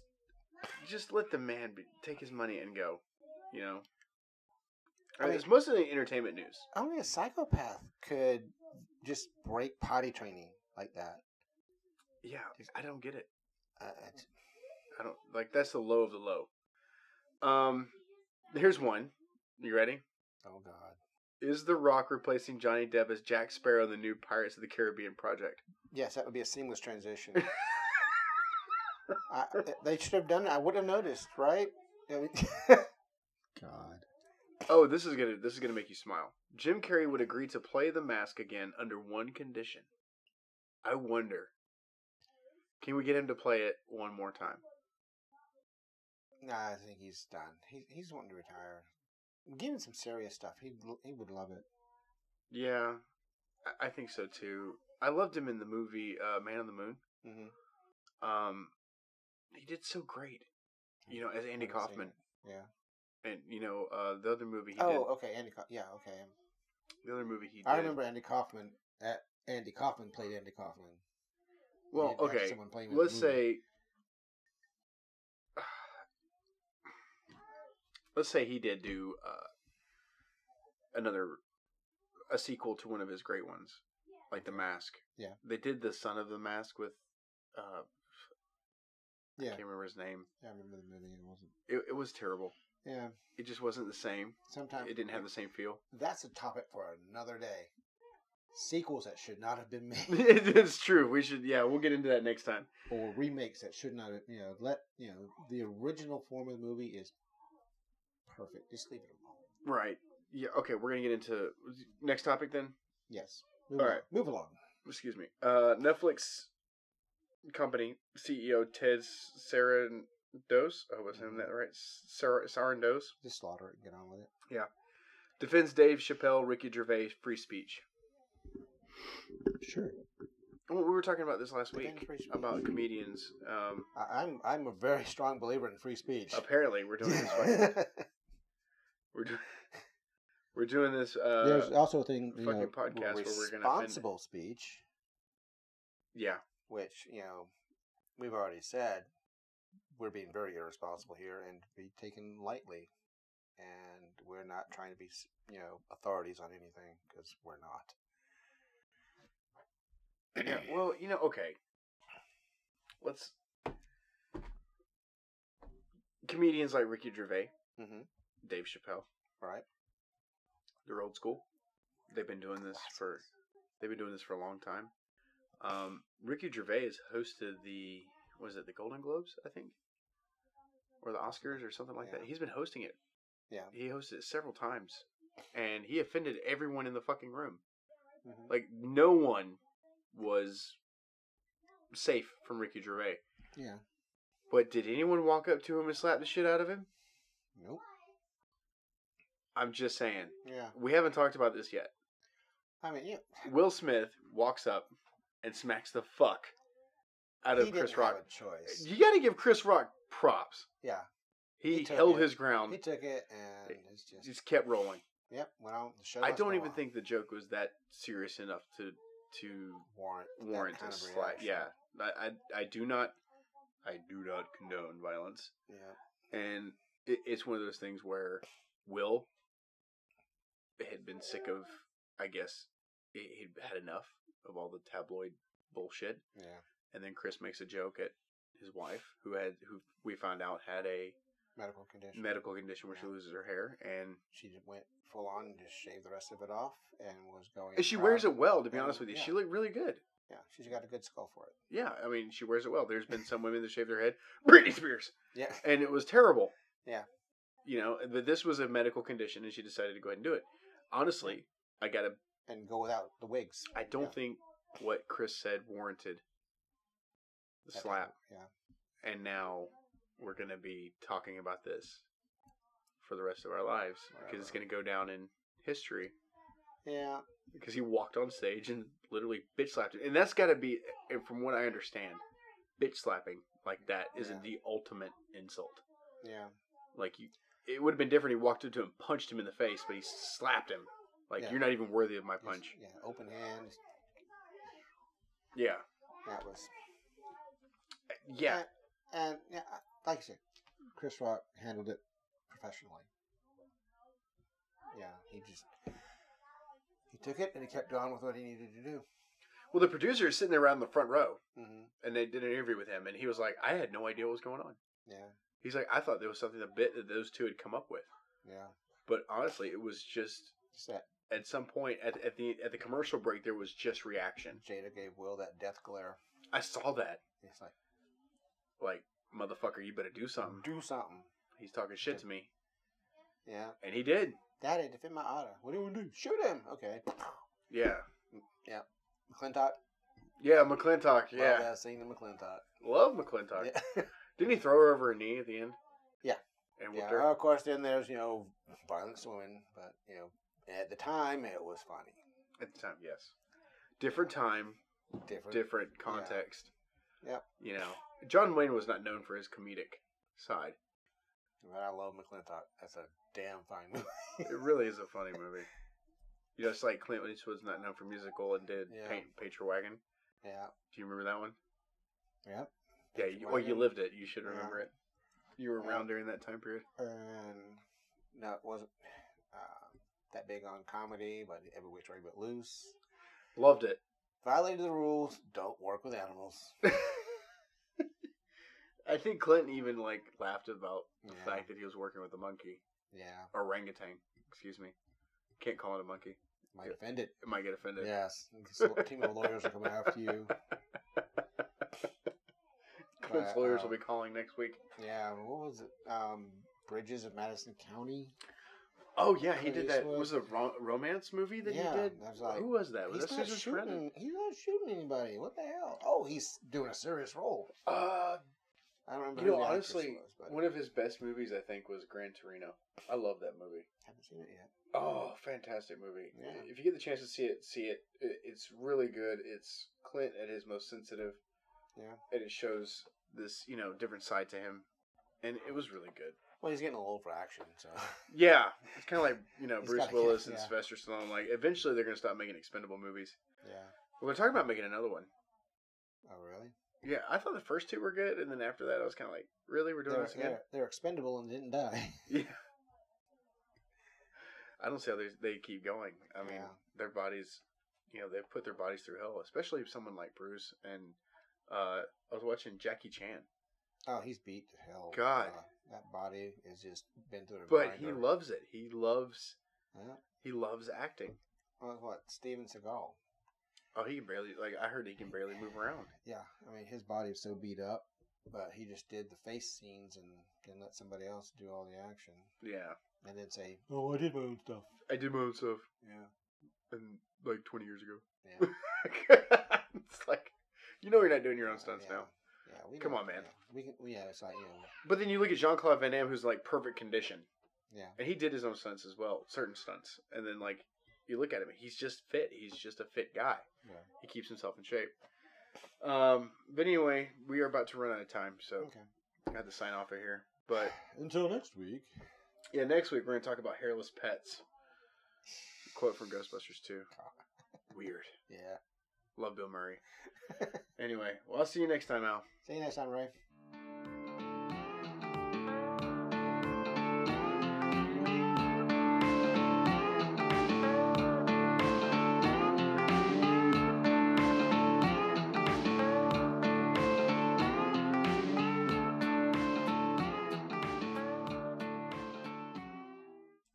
[SPEAKER 1] just let the man be, take his money and go. You know. I
[SPEAKER 2] I mean-
[SPEAKER 1] mean, it's mostly entertainment news.
[SPEAKER 2] Only a psychopath could just break potty training like that.
[SPEAKER 1] Yeah. I don't get it.
[SPEAKER 2] Uh, it's-
[SPEAKER 1] I don't like. That's the low of the low. Um, here's one. You ready?
[SPEAKER 2] oh God.
[SPEAKER 1] Is The Rock replacing Johnny Depp as Jack Sparrow in the new Pirates of the Caribbean project?
[SPEAKER 2] Yes, that would be a seamless transition. I, uh, they should have done it. I would have noticed, right? I mean- God.
[SPEAKER 1] Oh, this is gonna this is gonna make you smile. Jim Carrey would agree to play the mask again under one condition. I wonder. Can we get him to play it one more time?
[SPEAKER 2] Nah, I think he's done. He, he's wanting to retire. Give him some serious stuff. He he would love it.
[SPEAKER 1] Yeah, I, I think so too. I loved him in the movie uh, Man on the Moon.
[SPEAKER 2] Mm-hmm.
[SPEAKER 1] Um, he did so great. You know, as Andy Kaufman,
[SPEAKER 2] Yeah.
[SPEAKER 1] and you know uh, the other movie he
[SPEAKER 2] oh,
[SPEAKER 1] did.
[SPEAKER 2] okay. Andy. Kauf- yeah. Okay. um,
[SPEAKER 1] The other movie he did.
[SPEAKER 2] I remember Andy Kaufman. Uh, Andy Kaufman played Andy Kaufman. You
[SPEAKER 1] Well,
[SPEAKER 2] had to have
[SPEAKER 1] okay.
[SPEAKER 2] someone play him in the
[SPEAKER 1] Let's
[SPEAKER 2] movie.
[SPEAKER 1] say. Let's say he did do uh, another, a sequel to one of his great ones, like The Mask.
[SPEAKER 2] Yeah.
[SPEAKER 1] They did the Son of the Mask with, uh, I
[SPEAKER 2] Yeah.
[SPEAKER 1] can't remember his name.
[SPEAKER 2] Yeah, I remember the movie. It wasn't.
[SPEAKER 1] It, it was terrible.
[SPEAKER 2] Yeah.
[SPEAKER 1] It just wasn't the same.
[SPEAKER 2] Sometimes
[SPEAKER 1] It didn't have the same feel.
[SPEAKER 2] That's a topic for another day. Sequels that should not have been made,
[SPEAKER 1] it's true. We should, yeah, we'll get into that next time.
[SPEAKER 2] or remakes that should not. have You know, let you know the original form of the movie is perfect. Just leave it alone.
[SPEAKER 1] Right. Yeah. Okay. We're gonna get into next topic then.
[SPEAKER 2] Yes. Move
[SPEAKER 1] All
[SPEAKER 2] along.
[SPEAKER 1] right.
[SPEAKER 2] Move along.
[SPEAKER 1] excuse me. Uh, Netflix company CEO Ted Sarandos. I was saying
[SPEAKER 2] Mhm.
[SPEAKER 1] that right. Sar- Sarandos
[SPEAKER 2] Just slaughter it and get on with it.
[SPEAKER 1] defends Dave Chappelle, Ricky Gervais, free speech.
[SPEAKER 2] Sure.
[SPEAKER 1] Well, we were talking about this last week
[SPEAKER 2] Defend free speech.
[SPEAKER 1] about comedians. Um,
[SPEAKER 2] I, I'm I'm a very strong believer in free speech.
[SPEAKER 1] apparently, we're doing this. fucking- we're doing. We're doing this. Uh,
[SPEAKER 2] There's also a thing you
[SPEAKER 1] fucking
[SPEAKER 2] know,
[SPEAKER 1] podcast where we're gonna offend-
[SPEAKER 2] responsible speech,
[SPEAKER 1] yeah,
[SPEAKER 2] which you know we've already said we're being very irresponsible here and to be taken lightly, and we're not trying to be s- you know authorities on anything because we're not.
[SPEAKER 1] yeah. Well, you know, okay. Let's. Comedians like Ricky Gervais,
[SPEAKER 2] Mhm.
[SPEAKER 1] Dave Chappelle,
[SPEAKER 2] Right.
[SPEAKER 1] they're old school. They've been doing this for they've been doing this for a long time. Um, Ricky Gervais hosted the was it the Golden Globes I think, or the Oscars or something like that.
[SPEAKER 2] Yeah.
[SPEAKER 1] He's been hosting it.
[SPEAKER 2] Yeah.
[SPEAKER 1] he hosted it several times, and he offended everyone in the fucking room.
[SPEAKER 2] Mhm.
[SPEAKER 1] Like no one was safe from Ricky Gervais.
[SPEAKER 2] Yeah.
[SPEAKER 1] But did anyone walk up to him and slap the shit out of him?
[SPEAKER 2] Nope.
[SPEAKER 1] I'm just saying.
[SPEAKER 2] Yeah.
[SPEAKER 1] We haven't talked about this yet.
[SPEAKER 2] I mean, yeah,
[SPEAKER 1] Will Smith walks up and smacks the fuck out
[SPEAKER 2] he
[SPEAKER 1] of
[SPEAKER 2] didn't
[SPEAKER 1] Chris
[SPEAKER 2] have
[SPEAKER 1] Rock. Eh,
[SPEAKER 2] a choice.
[SPEAKER 1] You got to give Chris Rock props.
[SPEAKER 2] Yeah.
[SPEAKER 1] He,
[SPEAKER 2] He took
[SPEAKER 1] held
[SPEAKER 2] it.
[SPEAKER 1] his ground.
[SPEAKER 2] He took it and it's just
[SPEAKER 1] just kept rolling.
[SPEAKER 2] yep. Went on the show.
[SPEAKER 1] eh, I
[SPEAKER 2] must
[SPEAKER 1] don't
[SPEAKER 2] go
[SPEAKER 1] even
[SPEAKER 2] on.
[SPEAKER 1] think the joke was that serious enough to to
[SPEAKER 2] warrant that
[SPEAKER 1] warrant
[SPEAKER 2] kind
[SPEAKER 1] a
[SPEAKER 2] of
[SPEAKER 1] slap.
[SPEAKER 2] reaction.
[SPEAKER 1] Yeah. I, I I do not I do not condone violence.
[SPEAKER 2] Yeah.
[SPEAKER 1] and it, it's one of those things where Will had been sick of, I guess, he- he'd had enough of all the tabloid bullshit,
[SPEAKER 2] Yeah.
[SPEAKER 1] and then Chris makes a joke at his wife, who had who we found out had a
[SPEAKER 2] Medical condition.
[SPEAKER 1] medical condition where she loses her hair, and,
[SPEAKER 2] She just went full on and just shaved the rest of it off and was going.
[SPEAKER 1] and she wears it well. To be
[SPEAKER 2] Yeah,
[SPEAKER 1] honest with you, she
[SPEAKER 2] yeah.
[SPEAKER 1] looked really good.
[SPEAKER 2] Yeah, she's got a good skull for it.
[SPEAKER 1] Yeah, I mean, she wears it well. There's been some women that shave their head. Britney Spears,
[SPEAKER 2] Yeah.
[SPEAKER 1] and it was terrible.
[SPEAKER 2] Yeah.
[SPEAKER 1] you know, but this was a medical condition, and she decided to go ahead and do it. Honestly, I got a
[SPEAKER 2] And go without the wigs.
[SPEAKER 1] I don't
[SPEAKER 2] Yeah.
[SPEAKER 1] think what Chris said warranted the
[SPEAKER 2] That
[SPEAKER 1] slap.
[SPEAKER 2] time. Yeah.
[SPEAKER 1] And now we're going to be talking about this for the rest of our lives because it's going to go down in history
[SPEAKER 2] Yeah.
[SPEAKER 1] because he walked on stage and literally bitch slapped it. And that's got to be, and from what I understand, bitch slapping like that is
[SPEAKER 2] Yeah.
[SPEAKER 1] the ultimate insult.
[SPEAKER 2] Yeah.
[SPEAKER 1] Like, you, it would have been different. He walked up to him, punched him in the face, but he slapped him. Like,
[SPEAKER 2] Yeah.
[SPEAKER 1] you're not even worthy of my
[SPEAKER 2] Just-
[SPEAKER 1] punch.
[SPEAKER 2] yeah. Open hand.
[SPEAKER 1] Yeah.
[SPEAKER 2] That was.
[SPEAKER 1] Yeah.
[SPEAKER 2] And, and yeah, I- like I said, Chris Rock handled it professionally. Yeah. He just. He took it and he kept on with what he needed to do.
[SPEAKER 1] Well, the producer is sitting there around the front row.
[SPEAKER 2] Mm-hmm.
[SPEAKER 1] and they did an interview with him, and he was like, "I had no idea what was going on."
[SPEAKER 2] Yeah.
[SPEAKER 1] He's like, "I thought there was something a bit that those two had come up with,
[SPEAKER 2] Yeah.
[SPEAKER 1] but honestly, it was just
[SPEAKER 2] Just that
[SPEAKER 1] at some point at, at the at the commercial break there was just reaction.
[SPEAKER 2] Jada gave Will that death glare.
[SPEAKER 1] I saw that,
[SPEAKER 2] He's like,
[SPEAKER 1] like, motherfucker, you better do something.
[SPEAKER 2] do something.
[SPEAKER 1] He's talking shit to me,
[SPEAKER 2] Yeah.
[SPEAKER 1] and he did.
[SPEAKER 2] Daddy, defend my honor. What do you want to do? Shoot him. Okay.
[SPEAKER 1] Yeah,
[SPEAKER 2] McClintock.
[SPEAKER 1] yeah, McClintock.
[SPEAKER 2] Love
[SPEAKER 1] Yeah,
[SPEAKER 2] that scene to McClintock.
[SPEAKER 1] love McClintock.
[SPEAKER 2] Yeah.
[SPEAKER 1] Didn't he throw her over a knee at the end?
[SPEAKER 2] Yeah.
[SPEAKER 1] and
[SPEAKER 2] Yeah,
[SPEAKER 1] whipped her.
[SPEAKER 2] Of course, then there's, you know, violence women, but, you know, at the time, it was funny.
[SPEAKER 1] at the time. Yes, different time,
[SPEAKER 2] Different.
[SPEAKER 1] different context.
[SPEAKER 2] Yep.
[SPEAKER 1] You know, John Wayne was not known for his comedic side.
[SPEAKER 2] But I love McClintock. That's a damn fine movie.
[SPEAKER 1] It really is a funny movie. You know, it's like Clint Eastwood's not known for musical and did
[SPEAKER 2] Yeah.
[SPEAKER 1] Paint Paint Your Wagon.
[SPEAKER 2] yeah.
[SPEAKER 1] Do you remember that one?
[SPEAKER 2] Yeah.
[SPEAKER 1] Yeah, you, well, you lived it. You should
[SPEAKER 2] Yeah.
[SPEAKER 1] remember it. You were
[SPEAKER 2] Yeah.
[SPEAKER 1] around during that time period.
[SPEAKER 2] And, no, it wasn't uh, that big on comedy, but every which way but loose.
[SPEAKER 1] Loved it.
[SPEAKER 2] Violated the rules. Don't work with animals.
[SPEAKER 1] I think Clint even like laughed about the
[SPEAKER 2] Yeah.
[SPEAKER 1] fact that he was working with a monkey,
[SPEAKER 2] Yeah.
[SPEAKER 1] orangutan. Excuse me. Can't call it a monkey.
[SPEAKER 2] Might offend it.
[SPEAKER 1] It might get offended.
[SPEAKER 2] Yes. A team of lawyers will come after you.
[SPEAKER 1] Clint's
[SPEAKER 2] But,
[SPEAKER 1] lawyers will be
[SPEAKER 2] um,
[SPEAKER 1] calling next week.
[SPEAKER 2] Yeah, what was it? Um, Bridges of Madison County.
[SPEAKER 1] Oh yeah, he
[SPEAKER 2] Clint
[SPEAKER 1] did that.
[SPEAKER 2] Eastwood.
[SPEAKER 1] Was it a ro- romance movie that
[SPEAKER 2] Yeah,
[SPEAKER 1] he did?
[SPEAKER 2] I was like,
[SPEAKER 1] Who was that? Was
[SPEAKER 2] He's
[SPEAKER 1] that
[SPEAKER 2] not
[SPEAKER 1] Susan Sarandon?
[SPEAKER 2] shooting. He's not shooting anybody. What the hell? Oh, he's doing a serious role.
[SPEAKER 1] Uh,
[SPEAKER 2] I don't remember.
[SPEAKER 1] you know,
[SPEAKER 2] who the actress
[SPEAKER 1] honestly,
[SPEAKER 2] was, but
[SPEAKER 1] one of his best movies I think was Gran Torino. I love that movie.
[SPEAKER 2] haven't seen it yet.
[SPEAKER 1] Oh, fantastic movie!
[SPEAKER 2] Yeah.
[SPEAKER 1] If you get the chance to see it, see it. It- It's really good. It's Clint at his most sensitive.
[SPEAKER 2] Yeah.
[SPEAKER 1] and it shows this you know different side to him, and it was really good.
[SPEAKER 2] Well, he's getting a little old for action, so
[SPEAKER 1] Yeah, it's kind of like you know
[SPEAKER 2] He's
[SPEAKER 1] Bruce
[SPEAKER 2] gotta get-
[SPEAKER 1] Willis and
[SPEAKER 2] yeah.
[SPEAKER 1] Sylvester Stallone. Like eventually they're gonna stop making expendable movies.
[SPEAKER 2] yeah.
[SPEAKER 1] Well, they're talking about making another one.
[SPEAKER 2] Oh, really?
[SPEAKER 1] Yeah, I thought the first two were good, and then after that I was kind of like, really, we're doing
[SPEAKER 2] They're,
[SPEAKER 1] this again?
[SPEAKER 2] they're, they're expendable and didn't die.
[SPEAKER 1] Yeah. I don't see how they they keep going. I mean,
[SPEAKER 2] Yeah.
[SPEAKER 1] their bodies, you know, they've put their bodies through hell, especially if someone like Bruce and uh, I was watching Jackie Chan,
[SPEAKER 2] Oh, he's beat to hell.
[SPEAKER 1] God.
[SPEAKER 2] Uh, that body is just been through the
[SPEAKER 1] but he
[SPEAKER 2] grinder.
[SPEAKER 1] loves it. He loves
[SPEAKER 2] Yeah.
[SPEAKER 1] he loves acting.
[SPEAKER 2] Well, what Steven Seagal?
[SPEAKER 1] Oh, he can barely like I heard he can barely move around.
[SPEAKER 2] Yeah, I mean his body was so beat up, but he just did the face scenes and then let somebody else do all the action,
[SPEAKER 1] Yeah,
[SPEAKER 2] and then say, "Oh, I did my own stuff."
[SPEAKER 1] I did my own stuff
[SPEAKER 2] Yeah,
[SPEAKER 1] and like twenty years ago.
[SPEAKER 2] yeah.
[SPEAKER 1] it's like you know you're not doing your own stunts
[SPEAKER 2] yeah.
[SPEAKER 1] now.
[SPEAKER 2] Yeah, we
[SPEAKER 1] Come
[SPEAKER 2] know-
[SPEAKER 1] on, man.
[SPEAKER 2] yeah, we can. Yeah, it's like you know.
[SPEAKER 1] But then you look at Jean Claude Van Damme, who's like perfect condition.
[SPEAKER 2] Yeah,
[SPEAKER 1] and he did his own stunts as well, certain stunts. And then like you look at him, he's just fit. He's just a fit guy.
[SPEAKER 2] yeah.
[SPEAKER 1] He keeps himself in shape. Um, but anyway, we are about to run out of time, so
[SPEAKER 2] Okay.
[SPEAKER 1] I had to sign off of here. But
[SPEAKER 2] until next week.
[SPEAKER 1] yeah, next week we're gonna talk about hairless pets. Quote from Ghostbusters 2. Weird.
[SPEAKER 2] Yeah.
[SPEAKER 1] Love Bill Murray. Anyway, well I'll see you next time, Al.
[SPEAKER 2] See you next time, Ray.